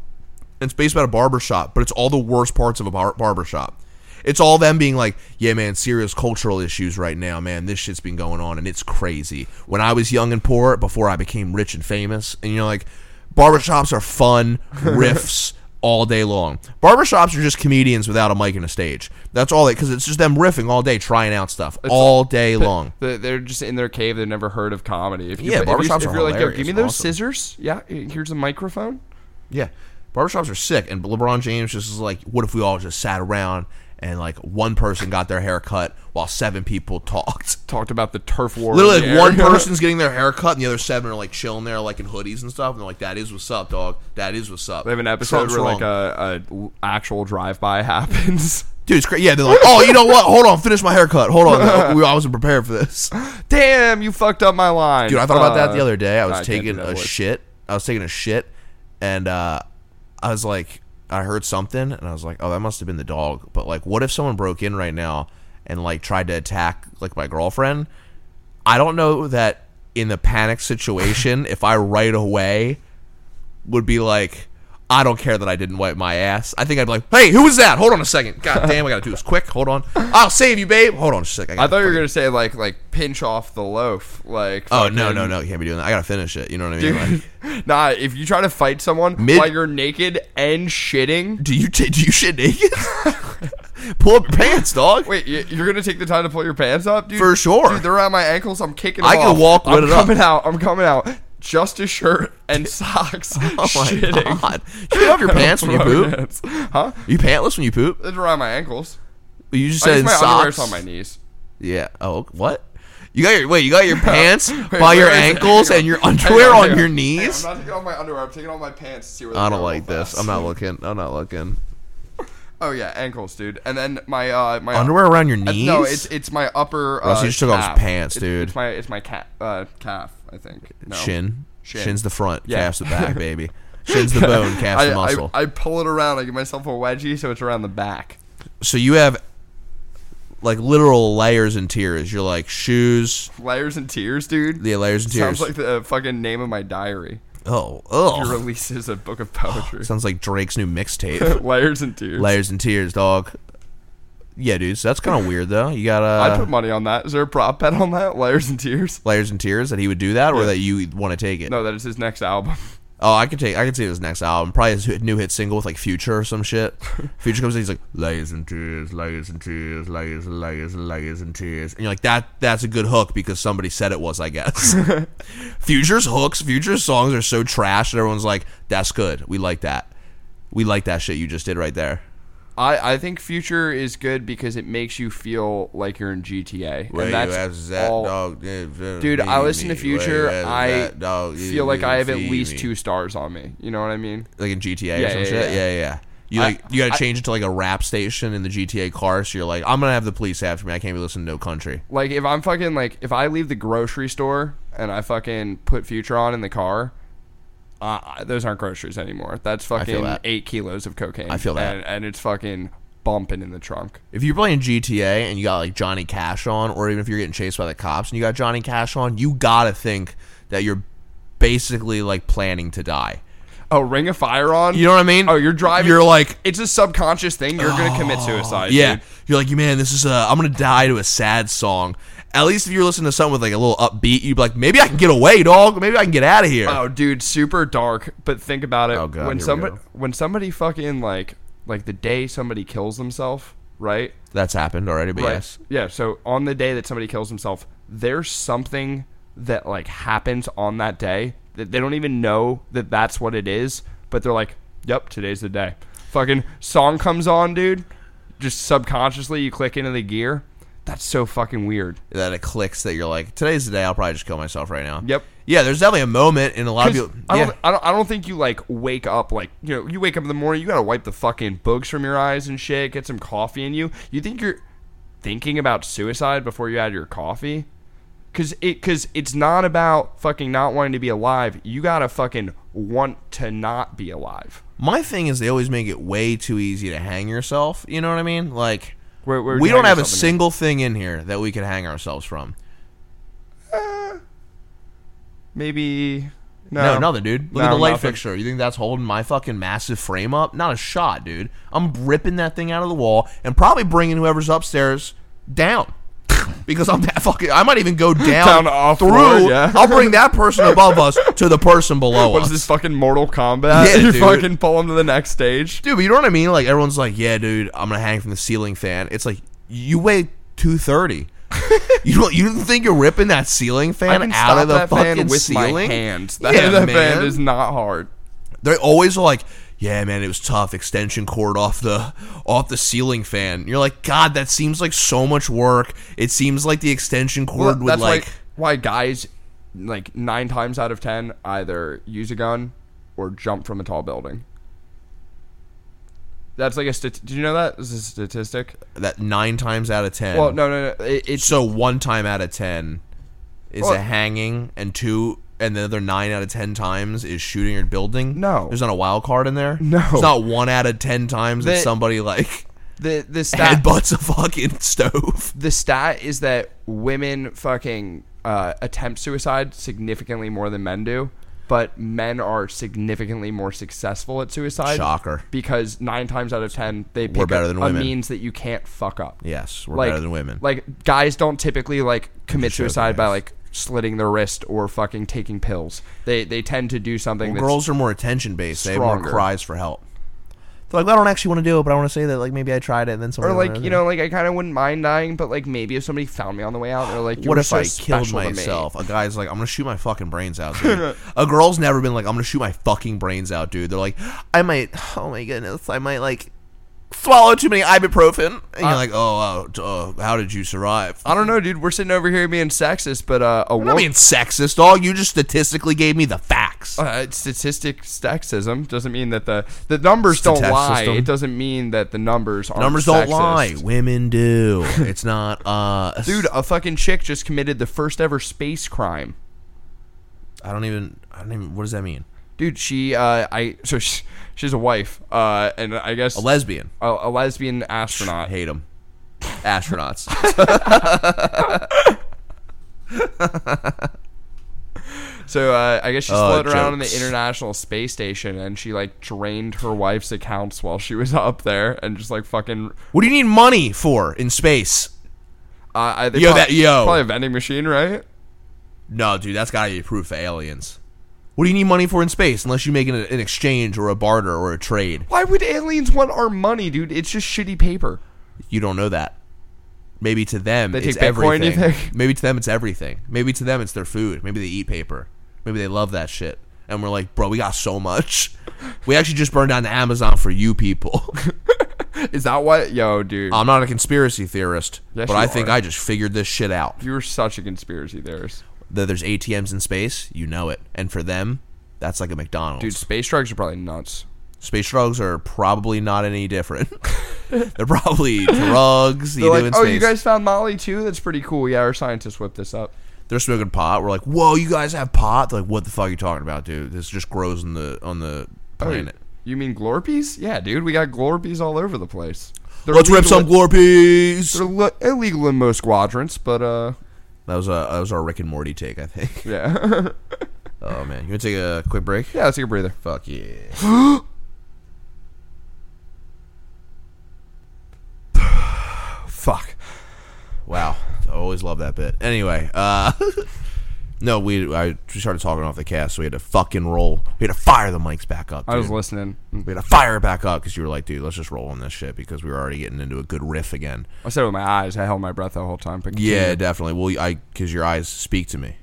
S2: It's based about a barber shop, but it's all the worst parts of a bar- barber shop. It's all them being like, "Yeah, man, serious cultural issues right now, man. This shit's been going on, and it's crazy." When I was young and poor, before I became rich and famous, and you're like, barbershops are fun riffs all day long. Barbershops are just comedians without a mic and a stage. That's all they because it's just them riffing all day, trying out stuff all day long.
S3: They- They're just in their cave. They've never heard of comedy. If you,
S2: Yeah,
S3: if you-
S2: barbershops
S3: If
S2: are
S3: you're like, yo,
S2: hilarious.
S3: give me those
S2: Awesome.
S3: scissors. Yeah, here's a microphone.
S2: Yeah. Barbershops are sick, and LeBron James just is like, what if we all just sat around and like one person got their hair cut while seven people talked?
S3: Talked about the turf war. in
S2: Literally,
S3: the
S2: like,
S3: area.
S2: one person's getting their hair cut, and the other seven are like chilling there, like in hoodies and stuff. And they're like, "That is what's up, dog. That is what's up."
S3: They have an episode
S2: Trump's
S3: where like uh
S2: wrong.
S3: a, a actual drive by happens.
S2: dude, it's crazy. Yeah, they're like, "Oh, you know what? Hold on, finish my haircut. Hold on, we, I wasn't prepared for this."
S3: Damn, you fucked up my line,
S2: Dude, I thought about that
S3: Uh,
S2: the other day. I was
S3: I can't do
S2: taking
S3: that
S2: a
S3: voice.
S2: shit. I was taking a shit, and uh, I was like, I heard something, and I was like, oh, that must have been the dog. But like, what if someone broke in right now and like tried to attack like my girlfriend? I don't know that in the panic situation, if I right away would be like, I don't care that I didn't wipe my ass. I think I'd be like, hey, who was that? Hold on a second. God damn, I gotta do this quick. Hold on. I'll save you, babe. Hold on a second.
S3: I thought you were gonna say like like pinch off the loaf, like.
S2: Oh no
S3: fucking-
S2: no no! You can't be doing that. I gotta finish it. You know what I mean? Like,
S3: nah, if you try to fight someone
S2: Mid-
S3: while you're naked and shitting,
S2: do you t- do you shit naked? Pull up your pants, dog.
S3: wait, y- you're gonna take the time to pull your pants up, dude?
S2: For sure.
S3: Dude, they're around my ankles. I'm kicking.
S2: I
S3: them
S2: can
S3: off.
S2: walk with
S3: I'm
S2: it up.
S3: coming out. I'm coming out. Just a shirt and socks.
S2: oh my
S3: shitting.
S2: god! Do you have your pants when you poop? Are
S3: Pants. Huh?
S2: you pantless when you poop?
S3: It's around my ankles.
S2: You just
S3: I
S2: said
S3: guess
S2: in
S3: my underwear's
S2: socks.
S3: on my knees.
S2: Yeah. Oh, what? You got your wait. You got your pants by
S3: where
S2: your
S3: is it?
S2: ankles
S3: Hang on.
S2: and your
S3: Hang on,
S2: underwear
S3: hang
S2: on your
S3: Hey,
S2: knees.
S3: I'm not taking off my underwear. I'm taking off my pants to see where. they
S2: I
S3: go
S2: don't like
S3: real
S2: this.
S3: fast.
S2: I'm not looking. I'm not looking.
S3: Oh yeah, ankles, dude. And then my uh my
S2: Underwear around your
S3: uh,
S2: knees?
S3: No, it's it's my upper. Uh,
S2: Russ, you just took off his
S3: calf.
S2: pants,
S3: It's-
S2: dude.
S3: It's my it's my calf uh, calf. I think no.
S2: Shin.
S3: Shin.
S2: Shin's the front.
S3: Yeah.
S2: Calf's the back, baby. Shin's the bone. Calf's
S3: I,
S2: the
S3: I-
S2: muscle.
S3: I, pull it around. I give myself a wedgie, so it's around the back.
S2: so you have like literal layers and tiers. You're like shoes.
S3: Layers and tears, dude.
S2: Yeah, layers and tiers.
S3: Sounds like the fucking name of my diary.
S2: oh,
S3: He
S2: oh.
S3: releases a book of poetry.
S2: Sounds like Drake's new mixtape.
S3: Layers and tears.
S2: layers and tears, dog. Yeah, dude. So that's kind of weird, though. You got
S3: I
S2: uh,
S3: put money on that. Is there a prop bet on that? Layers and tears.
S2: layers and tears that he would do that, or that you want to take it.
S3: No, that is his next album.
S2: Oh, I could take. I could see his next album. Probably his hit- new hit single with like Future or some shit. Future comes in, he's like layers and tears, layers and tears, layers and layers and layers and tears, and you're like that. That's a good hook because somebody said it was, I guess. Future's hooks, Future's songs are so trash that everyone's like, "That's good. We like that. We like that shit you just did right there."
S3: I, I think Future is good because it makes you feel like you're in GTA. and that's all- Dude, I listen to Future. I feel like I have at least two stars on me. You know what I mean?
S2: like in GTA or
S3: Yeah,
S2: some
S3: yeah,
S2: shit. Yeah,
S3: yeah.
S2: yeah. yeah. You
S3: I-
S2: like you gotta change it to like a rap station in the GTA car. So you're like, I'm gonna have the police after me. I can't be listening to no country.
S3: Like if I'm fucking like if I leave the grocery store and I fucking put Future on in the car, uh, I- those aren't groceries anymore. That's fucking
S2: that.
S3: eight kilos of cocaine.
S2: I feel that.
S3: and, and it's fucking bumping in the trunk.
S2: If you're playing GTA and you got like Johnny Cash on, or even if you're getting chased by the cops and you got Johnny Cash on, you gotta think that you're basically like planning to die.
S3: Oh, Ring of Fire on.
S2: You know what I mean?
S3: Oh, you're driving.
S2: You're like,
S3: it's a subconscious thing. You're gonna commit suicide.
S2: yeah.
S3: dude.
S2: You're like, man, this is i am I'm gonna die to a sad song. At least if you're listening to something with like a little upbeat, you'd be like, maybe I can get away, dog. Maybe I can get out of here.
S3: Oh, dude, super dark. But think about it.
S2: Oh, God, here
S3: when
S2: we
S3: somebody
S2: go.
S3: when somebody fucking like like the day somebody kills themselves, right?
S2: That's happened already, but
S3: Right.
S2: yes.
S3: Yeah. So on the day that somebody kills himself, there's something that like happens on that day that they don't even know that that's what it is, but they're like, "Yep, today's the day." Fucking song comes on, dude. Just subconsciously you click into the gear. That's so fucking weird.
S2: that it clicks that you're like, today's the day I'll probably just kill myself right now.
S3: Yep.
S2: Yeah, there's definitely a moment in a lot of
S3: 'Cause
S2: people.
S3: I
S2: yeah.
S3: don't, I don't. I don't think you like wake up like you know. You wake up in the morning. You gotta wipe the fucking bugs from your eyes and shit. Get some coffee in you. You think you're thinking about suicide before you had your coffee? Cause it. Cause it's not about fucking not wanting to be alive. You gotta fucking want to not be alive.
S2: My thing is they always make it way too easy to hang yourself. You know what I mean? Like
S3: Where- where would
S2: we
S3: you
S2: don't
S3: hang
S2: have a
S3: yourself in
S2: single thing in here that we could hang ourselves from.
S3: Maybe.
S2: No,
S3: No,
S2: nothing, dude. Look at
S3: No,
S2: the light
S3: nothing.
S2: fixture. You think that's holding my fucking massive frame up? Not a shot, dude. I'm ripping that thing out of the wall and probably bringing whoever's upstairs down. Because I'm that fucking, I might even go down,
S3: Down off
S2: through.
S3: floor, yeah.
S2: I'll bring that person above us to the person below us.
S3: What's this fucking Mortal Kombat?
S2: Yeah,
S3: you
S2: dude.
S3: fucking pull him to the next stage.
S2: dude. But you know what I mean? Like everyone's like, yeah, dude, I'm gonna hang from the ceiling fan. It's like you weigh two thirty. you don't you didn't think you're ripping that ceiling fan
S3: I can
S2: out
S3: stop
S2: of the
S3: that
S2: fucking
S3: fan with
S2: ceiling
S3: my hands. That,
S2: yeah,
S3: that
S2: man.
S3: fan is not hard.
S2: They're always like, yeah, man, it was tough. Extension cord off the off the ceiling fan. You're like, God, that seems like so much work. It seems like the extension
S3: Well,
S2: cord would
S3: that's
S2: like.
S3: why, why guys like nine times out of ten either use a gun or jump from a tall building. That's like a stat. Do you know that? Is a statistic?
S2: that nine times out of ten.
S3: Well, no, no, no. It, it's
S2: So one time out of ten is
S3: Well-
S2: a hanging, and two, and the other nine out of ten times is shooting or building.
S3: No.
S2: there's not a wild card in there.
S3: No.
S2: it's not one out of ten times that
S3: The-
S2: somebody like
S3: the the stat.
S2: headbutts a fucking stove.
S3: The stat is that women fucking uh, attempt suicide significantly more than men do. but men are significantly more successful at suicide.
S2: Shocker.
S3: Because nine times out of ten, they pick
S2: We're better
S3: up
S2: than
S3: a
S2: women.
S3: means that you can't fuck up.
S2: Yes, we're
S3: like
S2: better than women.
S3: Like guys don't typically like commit
S2: Show their
S3: suicide by
S2: ass.
S3: like slitting their wrist or fucking taking pills. They they tend to do something. that's,
S2: girls are more attention based. They have more
S3: stronger.
S2: cries for help. They're like, I don't actually want to do it, but I want to say that like maybe I tried it and then
S3: or
S2: somebody
S3: like you know like I kind of wouldn't mind dying, but like maybe if somebody found me on the way out, they're like, you
S2: what
S3: were
S2: if
S3: so
S2: I killed
S3: special to me."
S2: myself? A guy's like, I'm gonna shoot my fucking brains out. Dude. a girl's never been like, I'm gonna shoot my fucking brains out, dude. They're like, I might. Oh my goodness, I might like swallow too many ibuprofen. And
S3: Uh,
S2: you're like, oh, oh, oh, how did you survive?
S3: I don't know, dude. We're sitting over here being sexist, but uh, a
S2: I'm not
S3: woman.
S2: being sexist, dog. You just statistically gave me the facts.
S3: uh, statistic sexism doesn't mean that the the numbers don't
S2: Statistic
S3: lie.
S2: system.
S3: It doesn't mean that the numbers aren't
S2: Numbers don't
S3: sexist.
S2: lie. Women do. it's not. Uh,
S3: Dude, a fucking chick just committed the first ever space crime.
S2: I don't even. I don't even. What does that mean?
S3: Dude, she uh, I so she, she's a wife, uh, and I guess
S2: A lesbian.
S3: a, a lesbian astronaut.
S2: hate them. Astronauts.
S3: So uh, I guess she
S2: Oh,
S3: floated around in the
S2: jokes.
S3: International Space Station, and she like drained her wife's accounts while she was up there, and just like fucking.
S2: what do you need money for in space?
S3: Uh, I, they
S2: Yo,
S3: probably,
S2: that- yo.
S3: probably a vending machine, right?
S2: No, dude, that's got to be proof of aliens. What do you need money for in space unless you make an, an exchange or a barter or a trade?
S3: Why would aliens want our money, dude? It's just shitty paper.
S2: You don't know that. Maybe to them
S3: They
S2: it's
S3: take Bitcoin, you
S2: everything.
S3: think?
S2: Maybe to them it's everything. Maybe to them it's their food. Maybe they eat paper. Maybe they love that shit. And we're like, bro, we got so much. We actually just burned down the Amazon for you people.
S3: Is that why? Yo, dude,
S2: I'm not a conspiracy theorist,
S3: Yes,
S2: but
S3: you
S2: I think
S3: are.
S2: I just figured this shit out.
S3: you're such a conspiracy theorist,
S2: that there's ATMs in space, you know it. And for them, that's like a McDonald's.
S3: dude. Space drugs are probably nuts.
S2: Space drugs are probably not any different. They're probably drugs you
S3: They're
S2: do
S3: like,
S2: in
S3: oh,
S2: space.
S3: you guys found Molly too? That's pretty cool. Yeah, our scientists whipped this up.
S2: They're smoking pot. We're like, whoa, you guys have pot? They're like, what the fuck are you talking about, dude? This just grows on the on the
S3: Oh,
S2: planet.
S3: you mean glorpies? Yeah, dude, we got glorpies all over the place. They're
S2: Let's rip
S3: legal-
S2: some glorpies.
S3: They're li- illegal in most quadrants, but uh,
S2: That was a that was our Rick and Morty take, I think.
S3: yeah,
S2: Oh man, you want to take a quick break?
S3: yeah. Let's take a breather.
S2: Fuck yeah.
S3: Fuck.
S2: Wow, I always love that bit. Anyway, uh, no, we I we started talking off the cast, so we had to fucking roll. We had to fire the mics back up.
S3: I was
S2: dude.
S3: listening.
S2: we had to fire it back up because you were like, dude, let's just roll on this shit because we were already getting into a good riff again.
S3: I said it with my eyes. I held my breath the whole time. But
S2: Yeah,
S3: continue.
S2: definitely. Well, I because your eyes speak to me,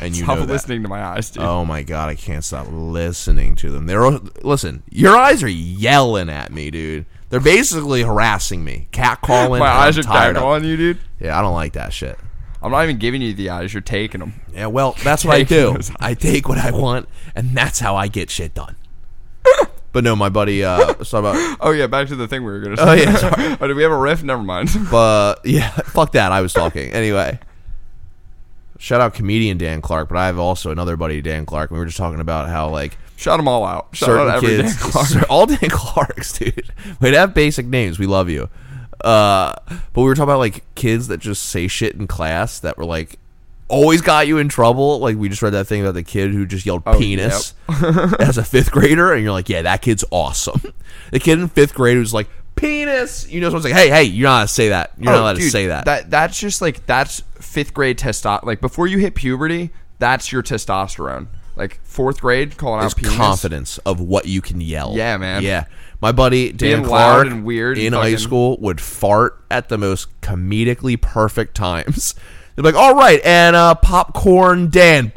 S2: and you
S3: Stop
S2: know that.
S3: listening to my eyes, dude.
S2: Oh my god, I can't stop listening to them. They're al- listen. Your eyes are yelling at me, dude. They're basically harassing me, catcalling.
S3: my
S2: and
S3: eyes
S2: I'm
S3: are
S2: tired
S3: tied
S2: of-
S3: on you, dude.
S2: Yeah, I don't like that shit.
S3: I'm not even giving you the eyes. You're taking them.
S2: Yeah, well, that's what I
S3: Take
S2: do.
S3: those.
S2: I take what I want, and that's how I get shit done. but no, my buddy. Uh, was talking about.
S3: Oh yeah, back to the thing we were gonna. Say.
S2: Oh, yeah, sorry.
S3: oh, did we have a riff? Never mind.
S2: But yeah, fuck that. I was talking anyway. Shout out comedian Dan Clark, but I have also another buddy Dan Clark. and We were just talking about how like
S3: Shout them all out. Shout
S2: certain
S3: out every
S2: kids,
S3: Dan Clark.
S2: cer- all Dan Clarks, dude. We'd have basic names. We love you. Uh, but we were talking about like kids that just say shit in class that were like always got you in trouble. Like we just read that thing about the kid who just
S3: Oh,
S2: yelled penis as a fifth grader, and you're like, yeah, that kid's awesome. The kid in fifth grade who's like penis. You know, someone's like, hey, hey, you're not allowed to say that. You're not
S3: Oh,
S2: allowed to
S3: dude,
S2: say that.
S3: That that's just like that's fifth grade testosterone. Like before you hit puberty, that's your testosterone. Like fourth grade, calling
S2: is
S3: out penis.
S2: confidence of what you can yell.
S3: Yeah, man.
S2: Yeah. My buddy Dan
S3: Being loud
S2: Clark
S3: and weird
S2: in
S3: and
S2: high
S3: fucking-
S2: school would fart at the most comedically perfect times. They're like, all right, and uh, popcorn Dan.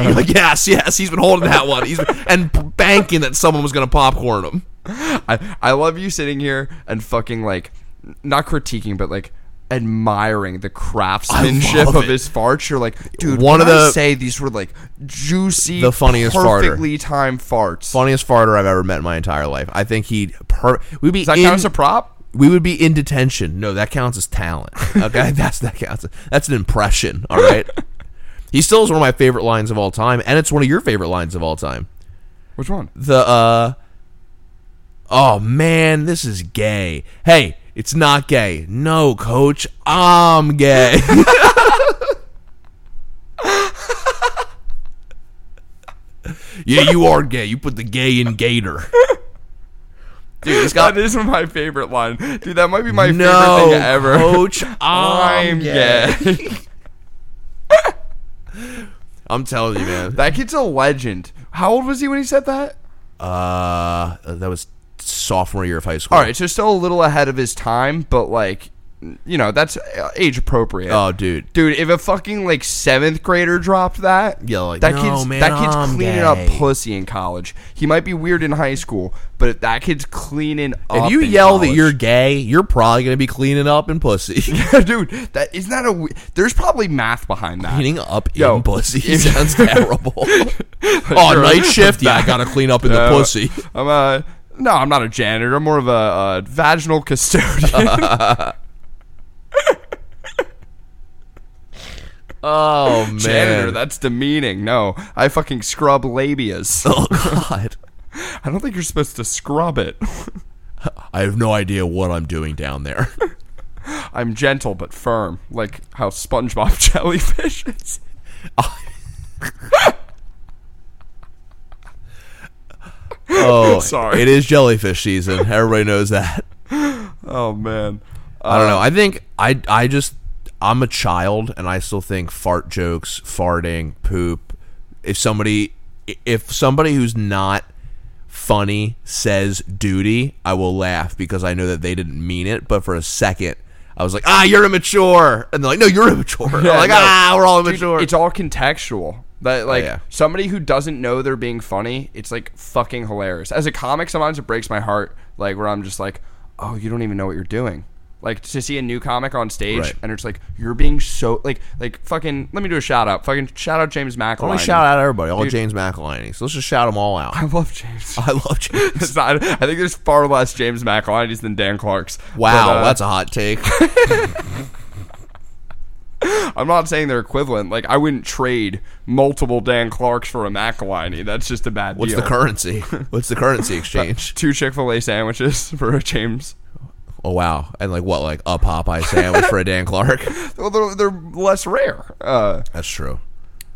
S2: You're like, yes, yes, he's been holding that one. He's been, and banking that someone was going to popcorn him.
S3: I I love you sitting here and fucking like n- not critiquing, but like admiring the craftsmanship
S2: love
S3: of
S2: it.
S3: his farts. You're like, dude,
S2: One
S3: can
S2: of
S3: I
S2: the-
S3: say these were like juicy,
S2: The funniest farter.
S3: perfectly timed farts.
S2: Funniest farter I've ever met in my entire life. I think he'd per- we'd be
S3: Is that
S2: in-
S3: kind of a prop?
S2: we would be in detention. No, that counts as talent. Okay, that's that counts. That's an impression. All right. he still is one of my favorite lines of all time, and it's one of your favorite lines of all time.
S3: Which one?
S2: The uh, oh man, this is gay. Hey, it's not gay. No, coach, I'm gay. Yeah, you are gay. You put the gay in gator. Dude, he's got
S3: That is my favorite line, dude. That might be my
S2: no
S3: favorite thing ever.
S2: coach.
S3: I'm
S2: I'm
S3: gay.
S2: gay. I'm telling you, man.
S3: that kid's a legend. How old was he when he said that?
S2: Uh, that was sophomore year of high school.
S3: All right, so still a little ahead of his time, but like, you know, that's uh, age appropriate.
S2: Oh, dude.
S3: Dude, if a fucking like seventh grader dropped that,
S2: Yeah, like,
S3: that
S2: "No,
S3: kid's
S2: man,
S3: that kid's
S2: I'm
S3: cleaning up
S2: gay."
S3: pussy in college. He might be weird in high school, but if that kid's cleaning up,
S2: If you
S3: in
S2: yell that
S3: college-
S2: you're gay, you're probably gonna be cleaning up in pussy.
S3: dude, that is not a. we- There's probably math behind that.
S2: cleaning up
S3: Yo,
S2: in pussy
S3: if-
S2: sounds terrible. oh,
S3: Sure.
S2: night shift. Yeah, I gotta clean up in the
S3: Uh,
S2: pussy.
S3: I'm a no, I'm not a janitor. I'm more of a uh, vaginal custodian.
S2: Oh man.
S3: janitor, that's demeaning. No, I fucking scrub labias.
S2: oh god.
S3: I don't think you're supposed to scrub it.
S2: I have no idea what I'm doing down there.
S3: I'm gentle but firm, like how SpongeBob jellyfish is.
S2: Oh,
S3: Sorry.
S2: It is jellyfish season. Everybody knows that.
S3: Oh man.
S2: I don't know. I think I I just I'm a child and I still think fart jokes, farting, poop. If somebody if somebody who's not funny says duty, I will laugh because I know that they didn't mean it, but for a second I was like, "Ah, you're immature." And they're like, "No, you're immature." And I'm
S3: Yeah,
S2: like,
S3: no.
S2: "Ah, we're all
S3: Dude,
S2: immature."
S3: It's all contextual. That like
S2: Oh, yeah.
S3: somebody who doesn't know they're being funny, it's like fucking hilarious. As a comic, sometimes it breaks my heart, like where I'm just like, oh, you don't even know what you're doing. Like to see a new comic on stage,
S2: Right.
S3: and it's like you're being so like like fucking. Let me do a shout out. Fucking shout out James McElhinney.
S2: I want to shout out everybody, all James McElhinney. So let's just shout them all out.
S3: I love James.
S2: I love James.
S3: It's not- I think there's far less James McElhinney's than Dan Clark's.
S2: Wow,
S3: But, uh,
S2: that's a hot take.
S3: I'm not saying they're equivalent. Like I wouldn't trade multiple Dan Clarks for a McElhinney. That's just a bad
S2: What's
S3: deal.
S2: the currency? What's the currency exchange?
S3: two Chick Fil A sandwiches for a James.
S2: Oh wow! And like what, like a Popeye sandwich for a Dan Clark?
S3: Well, they're, they're less rare. Uh,
S2: That's true.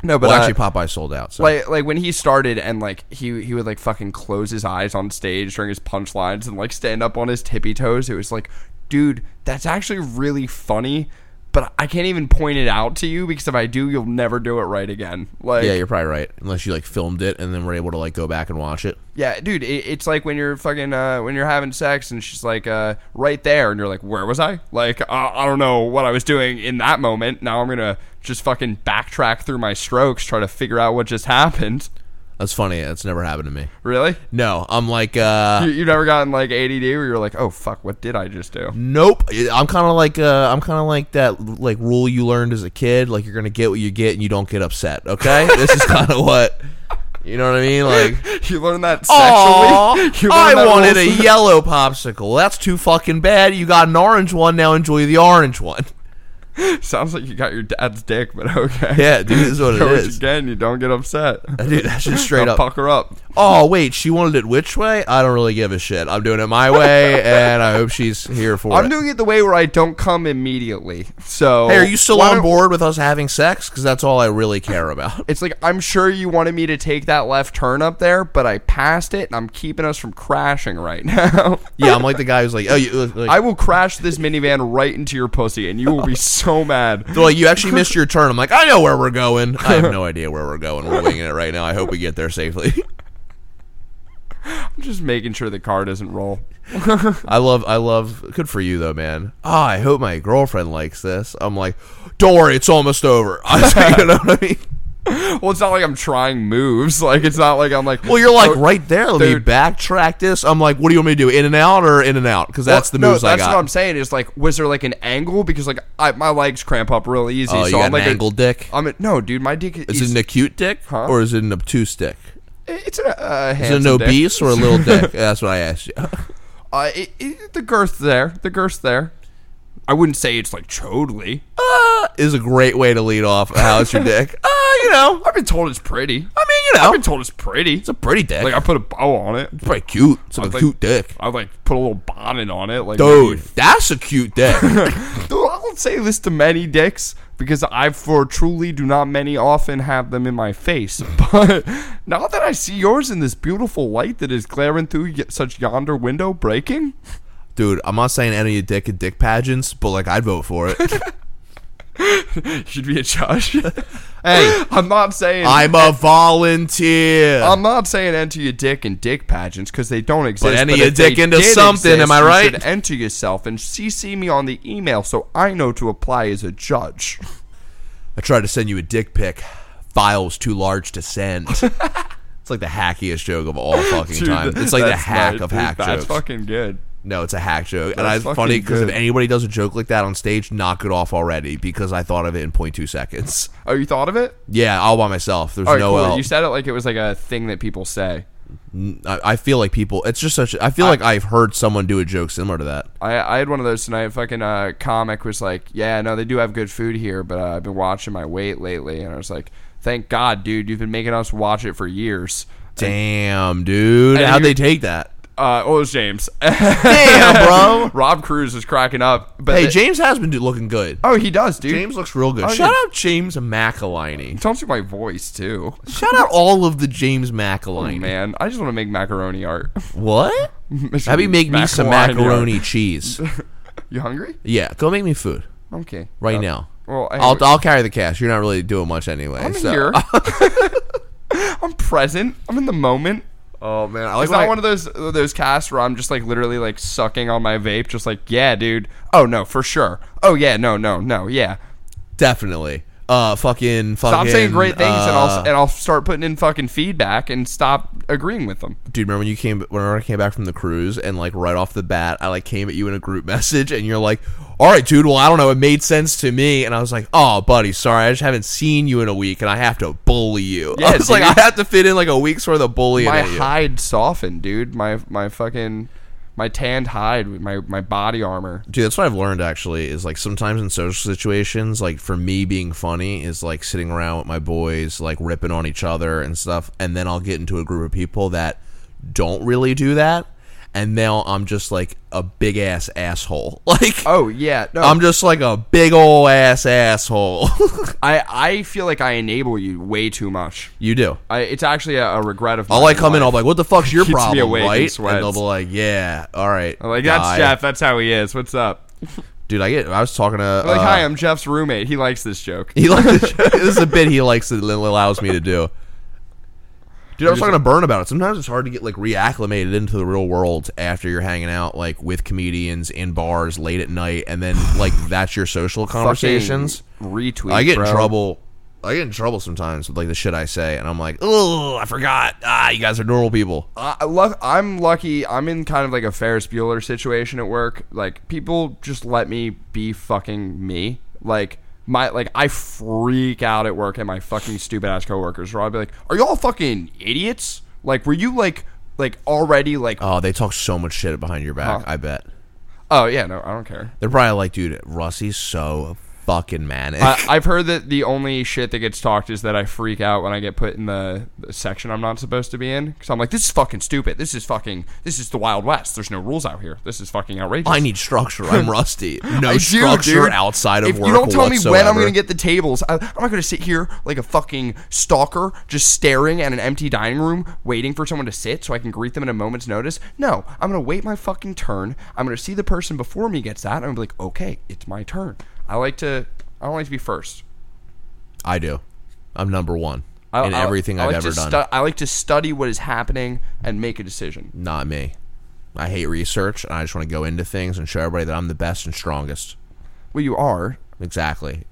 S3: no, but
S2: Well,
S3: uh,
S2: actually, Popeye sold out. So
S3: like like when he started and like he he would like fucking close his eyes on stage during his punchlines and like stand up on his tippy toes. It was like, dude, that's actually really funny. But I can't even point it out to you because if I do, you'll never do it right again. Like,
S2: yeah, you're probably right. Unless you like filmed it and then were able to like go back and watch it.
S3: Yeah, dude, it, it's like when you're fucking uh, when you're having sex and she's like uh, right there, and you're like, "Where was I? Like, I I don't know what I was doing in that moment. Now I'm gonna just fucking backtrack through my strokes, try to figure out what just happened."
S2: That's funny. That's never happened to me.
S3: Really?
S2: No, I'm like, uh,
S3: You, you've never gotten like ADD where you're like, "Oh fuck, what did I just do?"
S2: nope. I'm kind of like, uh, I'm kind of like that like rule you learned as a kid. Like you're gonna get what you get and you don't get upset. Okay, this is kind of what you know what I mean. Like,
S3: You learn that
S2: Aw,
S3: sexually. You learn
S2: I
S3: that
S2: wanted a
S3: rules-
S2: yellow popsicle. That's too fucking bad. You got an orange one. Now enjoy the orange one.
S3: Sounds like you got your dad's dick, but okay.
S2: Yeah, dude, this is what it
S3: Go with
S2: is.
S3: your gun, you don't get upset.
S2: Dude, that's just straight
S3: Now
S2: up.
S3: pucker up.
S2: Oh wait, she wanted it which way? I don't really give a shit. I'm doing it my way, and I hope she's here for
S3: I'm
S2: it.
S3: doing it the way where I don't come immediately. So
S2: hey, are you still
S3: Why
S2: on
S3: don't-
S2: board with us having sex? Because that's all I really care about.
S3: It's like I'm sure you wanted me to take that left turn up there, but I passed it, and I'm keeping us from crashing right now.
S2: yeah, I'm like the guy who's like, oh, you, like,
S3: I will crash this minivan right into your pussy, and you will be so mad.
S2: they're like, you actually missed your turn. I'm like, I know where we're going. I have no idea where we're going. We're winging it right now. I hope we get there safely.
S3: I'm just making sure the car doesn't roll.
S2: I love, I love. Good for you though, man. Ah, I hope my girlfriend likes this. I'm like, don't worry, it's almost over. you know what I mean?
S3: Well, it's not like I'm trying moves. Like it's not like I'm like.
S2: Well, you're like
S3: oh,
S2: right there. Let
S3: dude.
S2: me backtrack this. I'm like, what do you want me to do? In and out or in and out? Because that's the
S3: no,
S2: moves I
S3: That's what
S2: got.
S3: I'm saying. Is like, was there like an angle? Because like I, my legs cramp up really easy.
S2: oh,
S3: so
S2: you got
S3: I'm
S2: an
S3: like a-
S2: angled dick.
S3: I'm a, no, dude. My dick
S2: Is
S3: is.
S2: it an acute dick
S3: Huh?
S2: or is it an obtuse dick?
S3: it's a uh,
S2: Is it an obese or a little dick? That's what I asked you.
S3: Uh, it, it, the girth there, the girth there. I wouldn't say it's like chode
S2: Ah, Is a great way to lead off. How it's your dick? Uh, you know.
S3: I've been told it's pretty.
S2: I mean, you know,
S3: I've been told it's pretty.
S2: it's a pretty dick.
S3: like I put a bow on it.
S2: it's pretty cute. It's a
S3: like-
S2: cute dick,
S3: I like put a little bonnet on it. Like
S2: dude. That's a cute dick.
S3: dude, I don't say this to many dicks. because I for truly do not many often have them in my face. But now that I see yours in this beautiful light that is glaring through y- such yonder window breaking,
S2: Dude, I'm not saying any of dick and dick pageants, but like I'd vote for it.
S3: you should be a judge.
S2: hey,
S3: I'm not saying
S2: I'm a volunteer.
S3: I'm not saying enter your dick in dick pageants because they don't exist.
S2: enter
S3: if
S2: your
S3: they
S2: dick into
S3: did
S2: something, am I
S3: you
S2: right?
S3: should enter yourself and CC me on the email so I know to apply as a judge.
S2: I tried to send you a dick pic. File's too large to send. it's like the hackiest joke of all fucking
S3: Dude,
S2: time. It's like the
S3: that's
S2: hack
S3: nice,
S2: of
S3: dude.
S2: hack
S3: That's
S2: jokes.
S3: fucking good.
S2: no, it's a hack joke. And
S3: That's
S2: I it's funny
S3: fucking
S2: because if
S3: good.
S2: anybody does a joke like that on stage, knock it off already because I thought of it in 0.2 seconds.
S3: Oh, you thought of it?
S2: Yeah, all by myself. There's
S3: All right,
S2: no
S3: cool.
S2: help.
S3: You said it like it was like a thing that people say.
S2: I, I feel like people. It's just such. I feel like I've heard someone do a joke similar to that.
S3: I, I had one of those tonight. A fucking uh, comic was like, "Yeah, no, they do have good food here, but uh, I've been watching my weight lately." And I was like, "Thank God, dude, you've been making us watch it for years."
S2: Damn, dude,
S3: And
S2: how'd
S3: you-
S2: they take that?
S3: Uh, oh, it was James.
S2: Damn, bro.
S3: Rob Cruz is cracking up. But
S2: hey,
S3: the-
S2: James has been do- looking good.
S3: Oh, he does, dude.
S2: James looks real good.
S3: Oh,
S2: Shout
S3: yeah.
S2: out James McElhiney.
S3: Tell him through my voice too.
S2: Shout out all of the James
S3: Oh,
S2: McElhiney.
S3: man, I just want to make macaroni art.
S2: What? Have you make me some
S3: Macaroni art.
S2: macaroni cheese?
S3: You hungry?
S2: Yeah, go make me food
S3: Okay.
S2: right
S3: Uh,
S2: now.
S3: Well, I,
S2: I'll, I'll carry the cash. You're not really doing much anyway.
S3: am
S2: so-
S3: here. I'm present. I'm in the moment.
S2: Oh man, I like
S3: It's not
S2: when I-
S3: one of those those casts where I'm just like literally like sucking on my vape, just like yeah, dude. Oh no, for sure. Oh yeah, no, no, no, yeah.
S2: definitely. Uh, fucking, fucking.
S3: Stop saying great things, and I'll
S2: uh,
S3: and I'll start putting in fucking feedback and stop agreeing with them.
S2: dude, remember when you came? Whenever I came back from the cruise, and like right off the bat, I like came at you in a group message, and you're like, "All right, dude. Well, I don't know. It made sense to me." And I was like, "Oh, buddy, sorry. I just haven't seen you in a week, and I have to bully you."
S3: Yeah,
S2: I was like,
S3: dude.
S2: I have to fit in like a week's worth of bullying.
S3: my
S2: at you.
S3: hide softened, dude. My my fucking my tanned hide with my my body armor.
S2: Dude, that's what I've learned actually is like sometimes in social situations, like for me being funny is like sitting around with my boys, like ripping on each other and stuff, and then I'll get into a group of people that don't really do that, and now I'm just like a big ass asshole. Like
S3: Oh yeah, no,
S2: I'm just like a big ol' ass asshole.
S3: I I feel like I enable you way too much.
S2: you do.
S3: I, it's actually a, a regret of.
S2: I'll
S3: mine
S2: like come in, I'll be like, What the fuck's your
S3: Keeps me
S2: problem,
S3: awake and
S2: right? And
S3: sweats.
S2: they'll be like, Yeah, all right,
S3: I'm like that's
S2: guy."
S3: Jeff. That's how he is. What's up?
S2: Dude, I get I was talking to
S3: I'm like,
S2: uh,
S3: hi, I'm Jeff's roommate. He likes this joke.
S2: He likes this is a bit he likes that allows me to do. Dude, I was talking to Burn about it. Sometimes it's hard to get like reacclimated into the real world after you're hanging out like with comedians in bars late at night, and then like that's your social conversations.
S3: Fucking retweet.
S2: I get in
S3: bro.
S2: trouble. I get in trouble sometimes with like the shit I say, and I'm like, oh, I forgot. Ah, you guys are normal people.
S3: I, I luck- I'm lucky. I'm in kind of like a Ferris Bueller situation at work. Like people just let me be fucking me. Like my like I freak out at work and my fucking stupid ass coworkers. Where I'll be like, "Are y'all fucking idiots? Like, were you like like already like?
S2: Oh, they talk so much shit behind your back.
S3: Huh.
S2: I bet
S3: oh yeah, no, I don't care."
S2: they're probably like, dude, Russie's so fucking manic.
S3: I, I've heard that the only shit that gets talked is that I freak out when I get put in the, the section I'm not supposed to be in because I'm like, this is fucking stupid. This is fucking. This is the Wild West. There's no rules out here. This is fucking outrageous.
S2: I need structure. I'm rusty. No
S3: I do,
S2: structure
S3: dude.
S2: outside of
S3: if
S2: work.
S3: you don't tell me when I'm
S2: whatsoever.
S3: going to get the tables, I, I'm not going to sit here like a fucking stalker, just staring at an empty dining room, waiting for someone to sit so I can greet them at a moment's notice. No, I'm going to wait my fucking turn. I'm going to see the person before me gets that. And I'm gonna be like, okay, it's my turn. I like to. I don't like to be first.
S2: I do. I'm number one
S3: I,
S2: in
S3: I-
S2: everything
S3: I
S2: I've
S3: like
S2: ever
S3: to
S2: done.
S3: stu- I like to study what is happening and make a decision.
S2: Not me. I hate research, and I just want to go into things and show everybody that I'm the best and strongest.
S3: Well, you are.
S2: Exactly.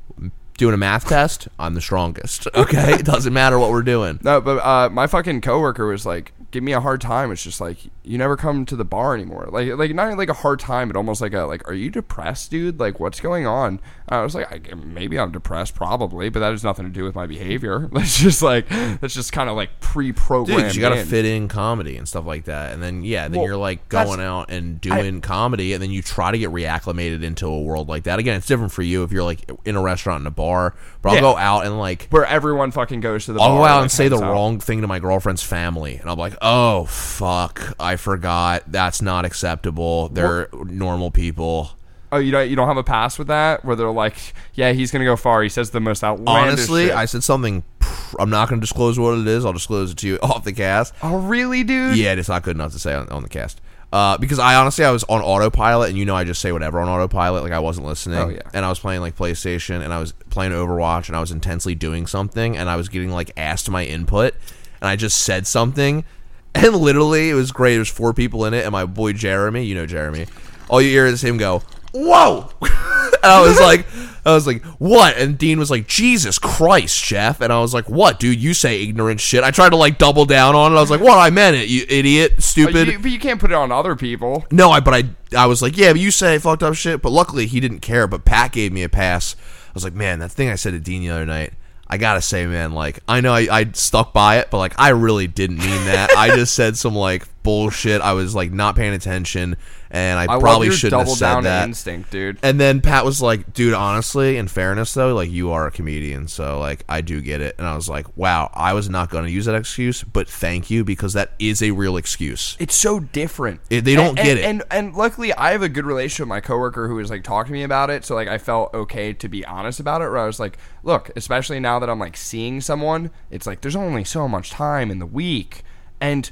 S2: Doing a math test, I'm the strongest. Okay, it doesn't matter what we're doing.
S3: No, but uh, my fucking coworker was like, "Give me a hard time." It's just like you never come to the bar anymore. Like, like not even like a hard time, but almost like a like, "Are you depressed, dude? Like, what's going on?" And I was like, I, "Maybe I'm depressed, probably, but that has nothing to do with my behavior. That's just like that's just kind of like
S2: Dude,
S3: pre-programmed."
S2: 'cause you got to
S3: in.
S2: fit in comedy and stuff like that, and then yeah, then
S3: Well,
S2: you're like
S3: that's-
S2: going out and doing comedy, and then you try to get reacclimated into a world like that. Again, it's different for you if you're like in a restaurant and a bar, but I'll
S3: Yeah.
S2: go out and like
S3: where everyone fucking goes to the.
S2: I'll
S3: bar
S2: go out
S3: like,
S2: and say the
S3: hangs out.
S2: wrong thing to my girlfriend's family, and I'm like, "Oh fuck, I forgot. That's not acceptable. They're normal people."
S3: oh, you don't you don't have a pass with that? Where they're like, yeah, he's gonna go far. He says the most outlandish.
S2: Honestly,
S3: shit.
S2: I said something. pr- I'm not going to disclose what it is. I'll disclose it to you off the cast.
S3: oh really, dude?
S2: Yeah, it's not good enough to say on, on the cast. Uh, because I honestly I was on autopilot, and you know I just say whatever on autopilot. Like I wasn't listening,
S3: Oh, yeah.
S2: and I was playing like PlayStation, and I was playing Overwatch, and I was intensely doing something, and I was getting like asked my input, and I just said something, and literally it was great. There was four people in it, and my boy Jeremy, you know Jeremy, all you hear is him go, "Whoa!" and I was like, I was like, "What?" And Dean was like, "Jesus Christ, Jeff!" And I was like, "What, dude? You say ignorant shit." I tried to like double down on it. I was like, "What? I meant it, you idiot,
S3: But
S2: stupid."
S3: you, but you can't put it on other people.
S2: No, I but I I was like, yeah, but you say fucked up shit. But luckily he didn't care. But Pat gave me a pass. I was like, man, that thing I said to Dean the other night. I gotta say, man, like I know I, I stuck by it, but like I really didn't mean that. I just said some like bullshit. I was like not paying attention, and I,
S3: I love
S2: probably
S3: your
S2: shouldn't have
S3: double
S2: said
S3: down
S2: that.
S3: instinct, dude.
S2: And then Pat was like, dude, honestly, in fairness though, like you are a comedian, so like I do get it. And I was like, wow, I was not gonna use that excuse, but thank you because that is a real excuse.
S3: It's so different.
S2: It- they don't
S3: and,
S2: get it.
S3: And, and and luckily, I have a good relationship with my coworker who was like talking to me about it. So like, I felt okay to be honest about it. Where I was like, look, especially now that I'm like seeing someone, it's like there's only so much time in the week, and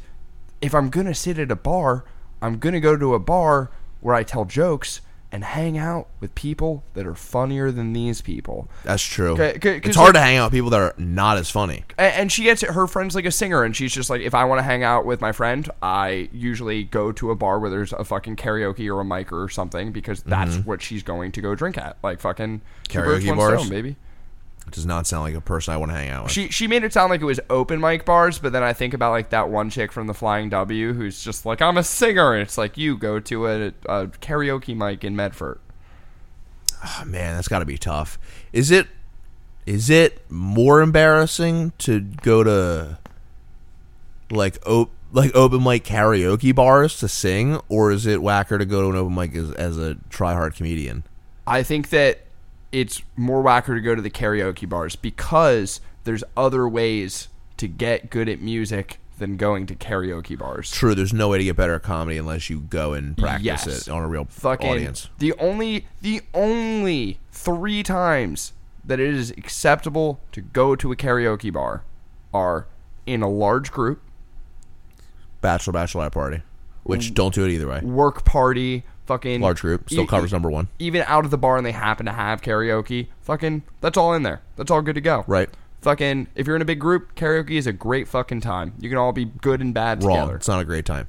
S3: if I'm gonna sit at a bar, I'm gonna go to a bar where I tell jokes and hang out with people that are funnier than these people.
S2: That's true.
S3: 'Kay, 'kay, 'cause,
S2: it's hard
S3: like-
S2: to hang out with people that are not as funny.
S3: A- and she gets it. Her friend's like a singer, and she's just like, if I want to hang out with my friend, I usually go to a bar where there's a fucking karaoke or a mic or something because
S2: Mm-hmm.
S3: that's what she's going to go drink at, like fucking two birds,
S2: Karaoke
S3: one
S2: bars?
S3: stone, baby.
S2: It does not sound like a person I want to hang out with.
S3: She she made it sound like it was open mic bars, but then I think about like that one chick from the Flying W who's just like, I'm a singer, and it's like you go to a, a karaoke mic in Medford.
S2: Ah, man, that's got to be tough. Is it? Is it more embarrassing to go to like op- like open mic karaoke bars to sing, or is it whacker to go to an open mic as, as a try hard comedian?
S3: I think that it's more whacker to go to the karaoke bars because there's other ways to get good at music than going to karaoke bars.
S2: True, there's no way to get better at comedy unless you go and practice
S3: Yes.
S2: it on a real
S3: Fucking
S2: audience.
S3: the only the only three times that it is acceptable to go to a karaoke bar are in a large group,
S2: Bachelor bachelorette party,
S3: Mm.
S2: which don't do it either way.
S3: work party, fucking
S2: Large group still
S3: e-
S2: covers number one,
S3: even out of the bar and they happen to have karaoke, fucking that's all in there. That's all good to go.
S2: right?
S3: Fucking if you're in a big group, karaoke is a great fucking time. You can all be good and bad
S2: wrong.
S3: together.
S2: It's not a great time.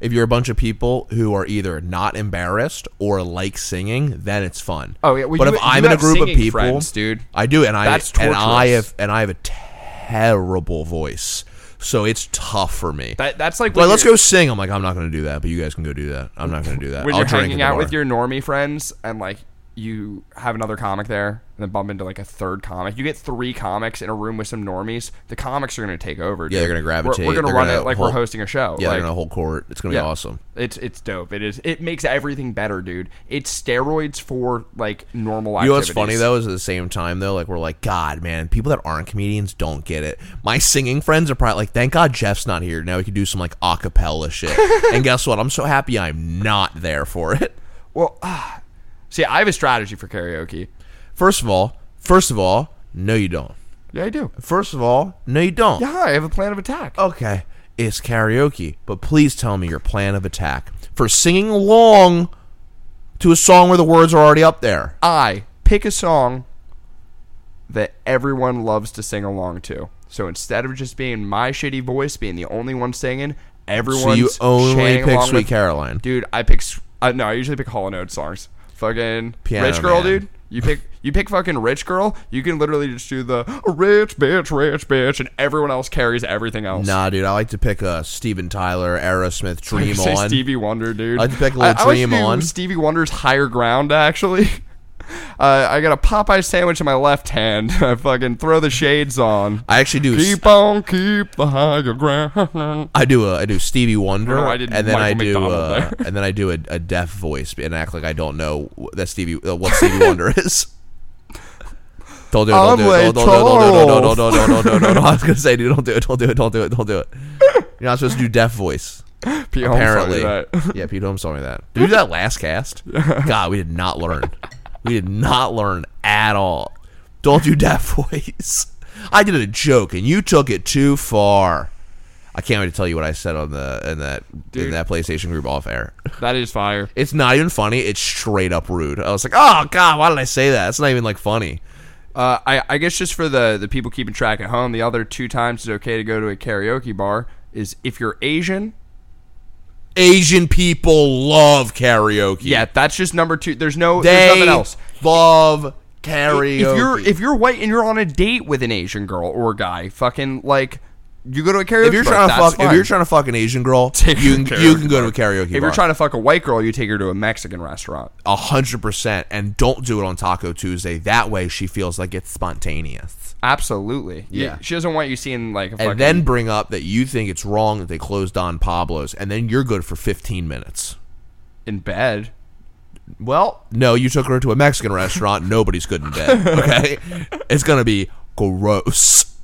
S2: If you're a bunch of people who are either not embarrassed or like singing, then it's fun.
S3: Oh, yeah, well,
S2: but
S3: you-
S2: if
S3: you
S2: I'm in a
S3: have
S2: group of
S3: singing
S2: people,
S3: friends, dude.
S2: I do, and I
S3: That's
S2: and I
S3: torturous.
S2: have and I have a terrible voice, so it's tough for me.
S3: That, that's like
S2: like,
S3: when
S2: let's
S3: you're-
S2: go sing. I'm like, I'm not going to do that, but you guys can go do that. I'm not going to do that.
S3: when
S2: I'll
S3: you're
S2: drink at
S3: hanging
S2: the
S3: out
S2: bar.
S3: with your normie friends and like you have another comic there and then bump into like a third comic. You get three comics in a room with some normies. The comics are going to take over.
S2: Yeah,
S3: dude.
S2: they're gonna
S3: We're,
S2: gravitate.
S3: we're going to
S2: They're
S3: run
S2: gonna
S3: it like we're
S2: hold-
S3: hosting a show.
S2: yeah,
S3: like,
S2: they're in a whole court. It's going to
S3: yeah.
S2: be awesome.
S3: It's it's dope. It is. It makes everything better, dude. It's steroids for like normal.
S2: You know what's
S3: activities.
S2: funny though is at the same time though, like we're like, God, man, people that aren't comedians don't get it. My singing friends are probably like, thank God Jeff's not here. Now we can do some like acapella shit. and guess what? I'm so happy I'm not there for it.
S3: Well, ah, see, I have a strategy for karaoke.
S2: First of all, first of all, no, you don't.
S3: Yeah, I do.
S2: First of all, no, you don't.
S3: Yeah, I have a plan of attack.
S2: Okay, it's karaoke, but please tell me your plan of attack for singing along to a song where the words are already up there.
S3: I pick a song that everyone loves to sing along to. So instead of just being my shitty voice being the only one singing,
S2: So
S3: everyone's
S2: you only
S3: chanting
S2: pick
S3: along
S2: Sweet
S3: with-
S2: Caroline.
S3: Dude, I pick. s- Uh, no, I usually pick Hall and Oates songs. Fucking
S2: Piano
S3: rich girl,
S2: Man.
S3: dude. You pick. You pick fucking rich girl. You can literally just do the rich bitch, rich bitch, and everyone else carries everything else.
S2: Nah, dude, I like to pick uh, Steven Tyler, Aerosmith, Dream
S3: Say
S2: On.
S3: Stevie Wonder, dude.
S2: I'd pick a little
S3: I- I like
S2: Dream
S3: to do
S2: On.
S3: Stevie Wonder's Higher Ground, actually. Uh, I got a Popeye sandwich in my left hand. I fucking throw the shades on.
S2: I actually do.
S3: Keep on, keep the higher ground.
S2: I do a I do Stevie Wonder,
S3: I don't know why I
S2: and
S3: did
S2: then
S3: Michael
S2: I do
S3: McDonald
S2: uh, and then I do a, a deaf voice and act like I don't know wh- that Stevie uh, what Stevie Wonder is. Don't do it. Don't do it. Don't, don't, don't, don't, don't, don't, don't, don't, don't, don't, don't, don't, don't. I was gonna say, dude, don't do it. Don't do it. Don't do it. Don't do it. You're not supposed to do deaf voice.
S3: Pete Holmes told me
S2: Apparently,
S3: that.
S2: yeah, Pete Holmes told me that. Did we do that last cast? God, we did not learn. We did not learn at all. Don't do that voice. I did a joke and you took it too far. I can't wait to tell you what I said on the in that in
S3: Dude.
S2: that PlayStation group off air.
S3: that is fire.
S2: It's not even funny. It's straight up rude. I was like, oh god, why did I say that? It's not even like funny.
S3: Uh, I, I guess just for the, the people keeping track at home, the other two times it's okay to go to a karaoke bar is if you're Asian.
S2: Asian people love karaoke.
S3: Yeah, that's just number two. There's no
S2: they
S3: there's nothing else.
S2: love karaoke.
S3: If you're if you're white and you're on a date with an Asian girl or guy, fucking like you go to a karaoke.
S2: if you're
S3: bar,
S2: trying to
S3: that's
S2: fuck, if
S3: fine.
S2: you're trying to fuck an Asian girl,
S3: Take
S2: you
S3: her
S2: can,
S3: to
S2: you
S3: karaoke
S2: can go to a karaoke.
S3: if you're trying to fuck a white girl, you take her to a Mexican restaurant.
S2: hundred percent, and don't do it on Taco Tuesday. That way, she feels like it's spontaneous,
S3: Absolutely. You-
S2: Yeah.
S3: she doesn't want you seeing like a
S2: and
S3: fucking.
S2: then bring up that you think it's wrong that they closed Don Pablo's, and then you're good for fifteen minutes.
S3: in bed.
S2: Well, no, you took her to a Mexican restaurant. Nobody's good in bed. Okay, it's gonna be gross.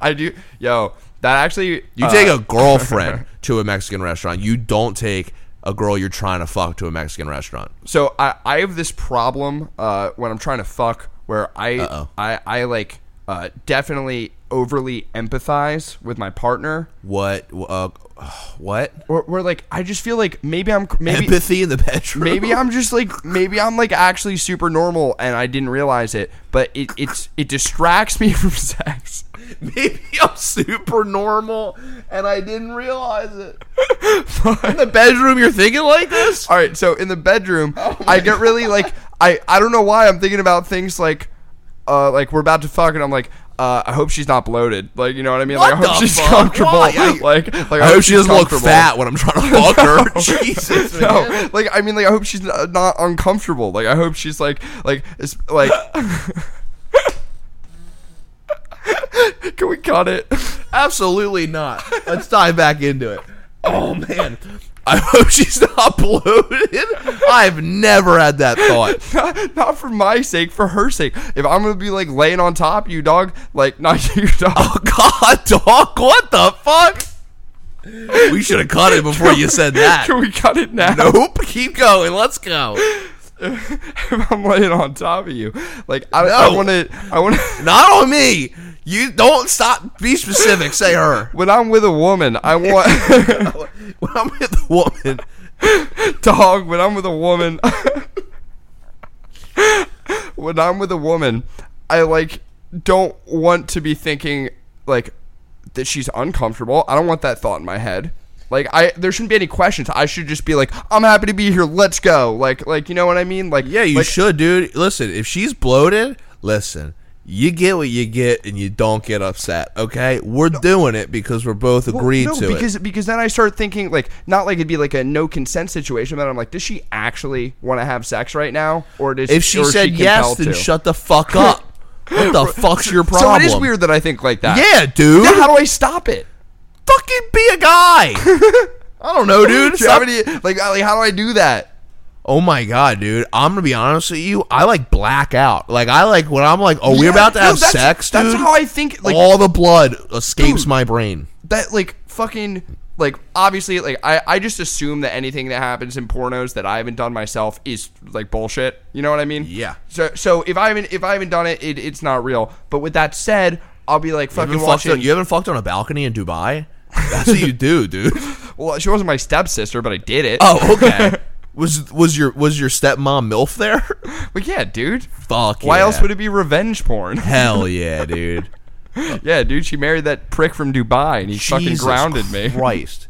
S3: I do. Yo, that actually.
S2: You
S3: uh,
S2: take a girlfriend to a Mexican restaurant. You don't take a girl you're trying to fuck to a Mexican restaurant.
S3: So I, I have this problem uh, when I'm trying to fuck where I
S2: Uh-oh.
S3: I, I like uh, definitely overly empathize with my partner.
S2: What? Uh, what?
S3: Or, where like I just feel like maybe I'm maybe
S2: Empathy in the bedroom.
S3: maybe I'm just like maybe I'm like actually super normal and I didn't realize it, but it it's it distracts me from sex.
S2: maybe I'm super normal and I didn't realize it. In the bedroom, you're thinking like this. Oh
S3: All right, so in the bedroom, I get really like I I don't know why I'm thinking about things like uh like we're about to fuck and I'm like uh, I hope she's not bloated. Like you know what I mean? like
S2: What
S3: I hope
S2: the
S3: she's
S2: fuck?
S3: comfortable.
S2: Why? I-
S3: like like
S2: I hope she
S3: she's
S2: doesn't look
S3: comfortable.
S2: fat when I'm trying to fuck her. Jesus, man.
S3: No, like I mean, like I hope she's not, not uncomfortable. Like I hope she's like, like, it's, like. Can we cut it?
S2: Absolutely not. Let's dive back into it. Oh man. I hope she's not bloated. I've never had that thought.
S3: not, not for my sake, for her sake. If I'm gonna be like laying on top of you, dog, like not you, dog.
S2: Oh god, dog, what the fuck? We should have cut it before you said that.
S3: Can we cut it now?
S2: Nope, keep going. Let's go.
S3: if I'm laying on top of you, like I, I
S2: No.
S3: want to, I want to.
S2: Not on me. You don't stop. Be specific. Say her.
S3: When I'm with a woman, I want
S2: When I'm with the woman,
S3: dog. When I'm with a woman, when I'm with a woman, I like don't want to be thinking like that she's uncomfortable. I don't want that thought in my head. Like I, there shouldn't be any questions. I should just be like, I'm happy to be here. Let's go. Like, like you know what I mean? Like,
S2: yeah, you
S3: like,
S2: should, dude. Listen, if she's bloated, listen. You get what you get, and you don't get upset. Okay, we're doing it because we're both
S3: Well,
S2: agreed
S3: no,
S2: to
S3: because
S2: it.
S3: because then I start thinking like not like it'd be like a no consent situation, but I'm like, does she actually want to have sex right now, or does
S2: If she
S3: or is
S2: said yes,
S3: compelled
S2: then
S3: to?
S2: shut the fuck up. what the fuck's your
S3: So
S2: problem?
S3: it is weird that I think like that.
S2: Yeah, dude.
S3: Then how do I stop it?
S2: fucking be a guy. I don't know, dude.
S3: Do you
S2: Stop-
S3: have any- like I- like how do I do that?
S2: Oh my god, dude! I'm gonna be honest with you. I like black out. Like I like when I'm like, oh, we're
S3: Yeah,
S2: about to
S3: no,
S2: have
S3: that's-
S2: sex, dude.
S3: that's how I think, like-
S2: all the blood escapes
S3: Dude.
S2: my brain.
S3: That like fucking like obviously like I I just assume that anything that happens in pornos that I haven't done myself is like bullshit. You know what I mean?
S2: Yeah.
S3: So so if I haven't if I haven't done it, it it's not real. But with that said, I'll be like
S2: You
S3: fucking
S2: haven't, fucked
S3: watching.
S2: on, you haven't fucked on a balcony in Dubai? That's what you do, dude.
S3: Well, she wasn't my stepsister, but I did it.
S2: Oh, okay. was was your was your stepmom milf there?
S3: But yeah, dude.
S2: Fuck.
S3: Why
S2: yeah.
S3: else would it be revenge porn?
S2: Hell yeah, dude.
S3: yeah, dude, she married that prick from Dubai and he fucking
S2: Jesus
S3: grounded me.
S2: Christ.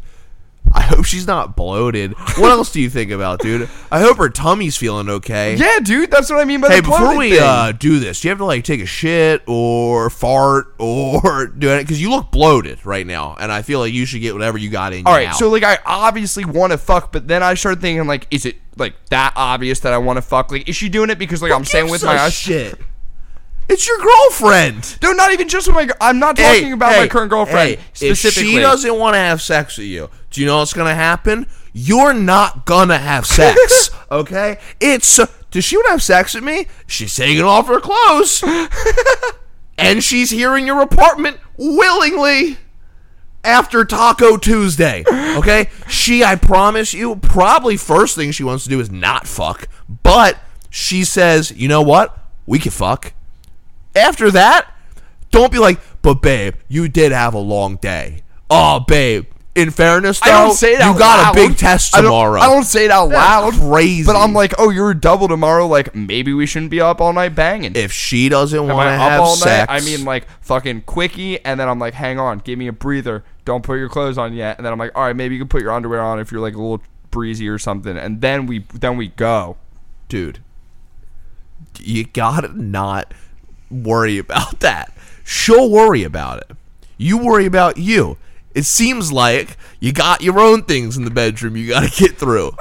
S2: I hope she's not bloated. What else do you think about, dude? I hope her tummy's feeling okay.
S3: Yeah, dude, that's what I mean by
S2: Hey,
S3: the bloated
S2: before we
S3: thing.
S2: uh, do this, do you have to like take a shit or fart or do it? Because you look bloated right now, and I feel like you should get whatever you got in.
S3: All
S2: you
S3: right,
S2: now.
S3: so like I obviously want to fuck, but then I started thinking like is it like that obvious that I want to fuck? Like is she doing it because like I'm staying with
S2: Gives
S3: my
S2: a
S3: eyes?
S2: shit. It's your girlfriend.
S3: Dude, not even just with my gir- I'm not talking
S2: Hey,
S3: about my
S2: hey,
S3: current girlfriend
S2: hey,
S3: specifically.
S2: If she doesn't want to have sex with you, do you know what's gonna happen? You're not gonna have sex. okay? It's does she want to have sex with me? She's taking off her clothes, and she's here in your apartment willingly. after Taco Tuesday. Okay? She, I promise you, probably first thing she wants to do is not fuck. But she says, you know what? We can fuck. After that, don't be like, but babe, you did have a long day. Oh, babe. In fairness, though,
S3: I don't say it out
S2: you got
S3: loud.
S2: a big test
S3: I don't-
S2: tomorrow.
S3: I don't, say it out loud.
S2: crazy.
S3: But I'm like, oh, you're a double tomorrow. Like, maybe we shouldn't be up all night banging.
S2: if she doesn't
S3: Am
S2: want
S3: I
S2: to
S3: up
S2: have
S3: all
S2: sex,
S3: night? I mean, like fucking quickie, and then I'm like, hang on, give me a breather. Don't put your clothes on yet. And then I'm like, all right, maybe you can put your underwear on if you're like a little breezy or something. And then we then we go.
S2: dude, you gotta not worry about that. She'll worry about it. You worry about you. It seems like you got your own things in the bedroom you gotta get through.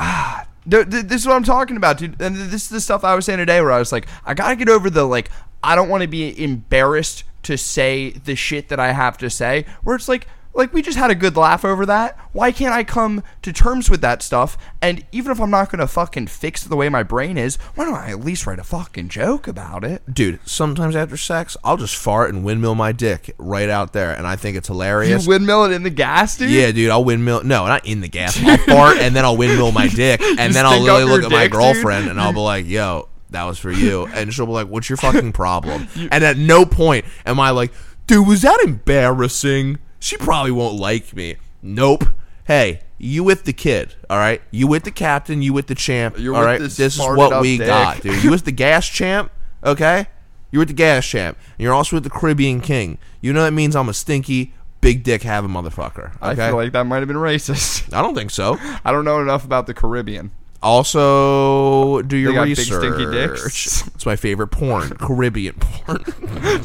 S3: Th- th- This is what I'm talking about, dude. And th- this is the stuff I was saying today, where I was like, I gotta get over the like, I don't want to be embarrassed to say the shit that I have to say. Where it's like, like we just had a good laugh over that. Why can't I come to terms with that stuff? And even if I'm not gonna fucking fix the way my brain is, why don't I at least write a fucking joke about it?
S2: Dude, sometimes after sex, I'll just fart and windmill my dick right out there, and I think it's hilarious.
S3: You windmill it in the gas, dude.
S2: Yeah, dude, I'll windmill. No, not in the gas. I'll fart and then I'll windmill my dick, and then I'll
S3: stink
S2: literally
S3: up your
S2: look at my
S3: dick, dude.
S2: girlfriend and I'll be like, "Yo, that was for you," and she'll be like, "What's your fucking problem?" and at no point am I like, "Dude, was that embarrassing?" She probably won't like me. Nope. Hey, you with the kid, all right? You with the captain? You with the champ?
S3: You're
S2: all
S3: with
S2: right.
S3: this
S2: This is
S3: smarted
S2: what
S3: up
S2: we
S3: dick.
S2: got, dude. You with the gas champ, okay? You're with the gas champ, and you're also with the Caribbean king. You know that means I'm a stinky, big dick having motherfucker.
S3: I
S2: Okay?
S3: feel like that might have been racist.
S2: I don't think so.
S3: I don't know enough about the Caribbean.
S2: Also, do your
S3: got big,
S2: research.
S3: stinky dicks.
S2: It's my favorite porn, Caribbean porn.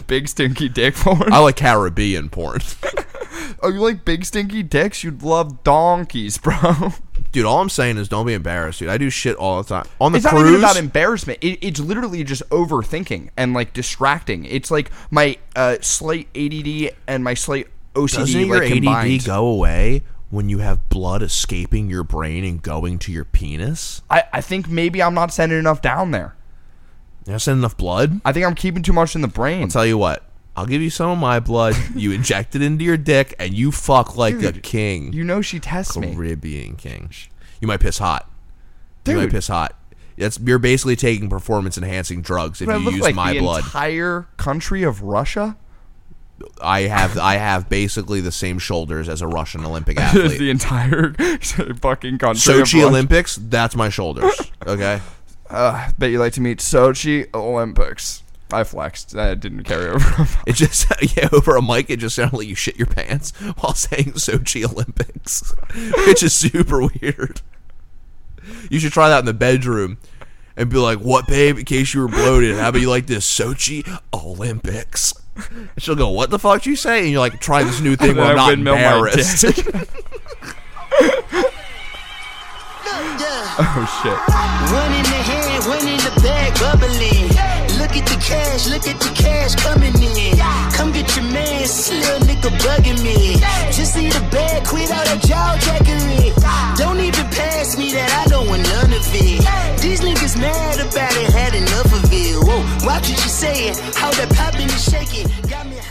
S3: Big stinky dick porn.
S2: I like Caribbean porn,
S3: oh, you like big stinky dicks? You'd love donkeys, bro.
S2: dude. All I'm saying is don't be embarrassed, dude. I do shit all the time on the
S3: It's not
S2: cruise.
S3: even about embarrassment. It, it's literally just overthinking and like distracting. It's like my uh, slight ADD and my slight OCD
S2: doesn't your
S3: like
S2: ADD
S3: combined.
S2: go away when you have blood escaping your brain and going to your penis?
S3: I, I think maybe I'm not sending enough down there.
S2: You're not sending enough blood.
S3: I think I'm keeping too much in the brain.
S2: Tell you what, I'll give you some of my blood. you inject it into your dick, and you fuck like a
S3: Dude,
S2: king.
S3: you know she tests me.
S2: Caribbean king. You might piss hot. You
S3: Dude.
S2: might piss hot. That's you're basically taking performance enhancing drugs if
S3: I
S2: you
S3: look
S2: use
S3: like
S2: my
S3: the
S2: blood.
S3: entire country of Russia.
S2: I have I have basically the same shoulders as a Russian Olympic athlete.
S3: the entire fucking country.
S2: Sochi
S3: of Russia.
S2: Olympics, that's my shoulders. Okay.
S3: Uh, bet you like to meet Sochi Olympics. I flexed. That didn't carry over.
S2: It just yeah, over a mic it just sounded like you shit your pants while saying Sochi Olympics. Which is super weird. You should try that in the bedroom and be like, What babe, in case you were bloated, how about you like this Sochi Olympics? And she'll go, What the fuck did you say? And you're like, try this new thing
S3: And
S2: where
S3: then
S2: I'm
S3: I
S2: not
S3: windmill my
S2: embarrassed.
S4: Yeah.
S3: oh shit!
S4: One in the hand, one in the bag, bubbling. Look at the cash, look at the cash coming in. Come get your man, this little nigga bugging me. Just need a bag, quit all that jaw jackery. Don't even pass me that, I don't want none of it. These niggas mad about it, had enough of it. Whoa, watch what you saying, how that popping and shaking got me.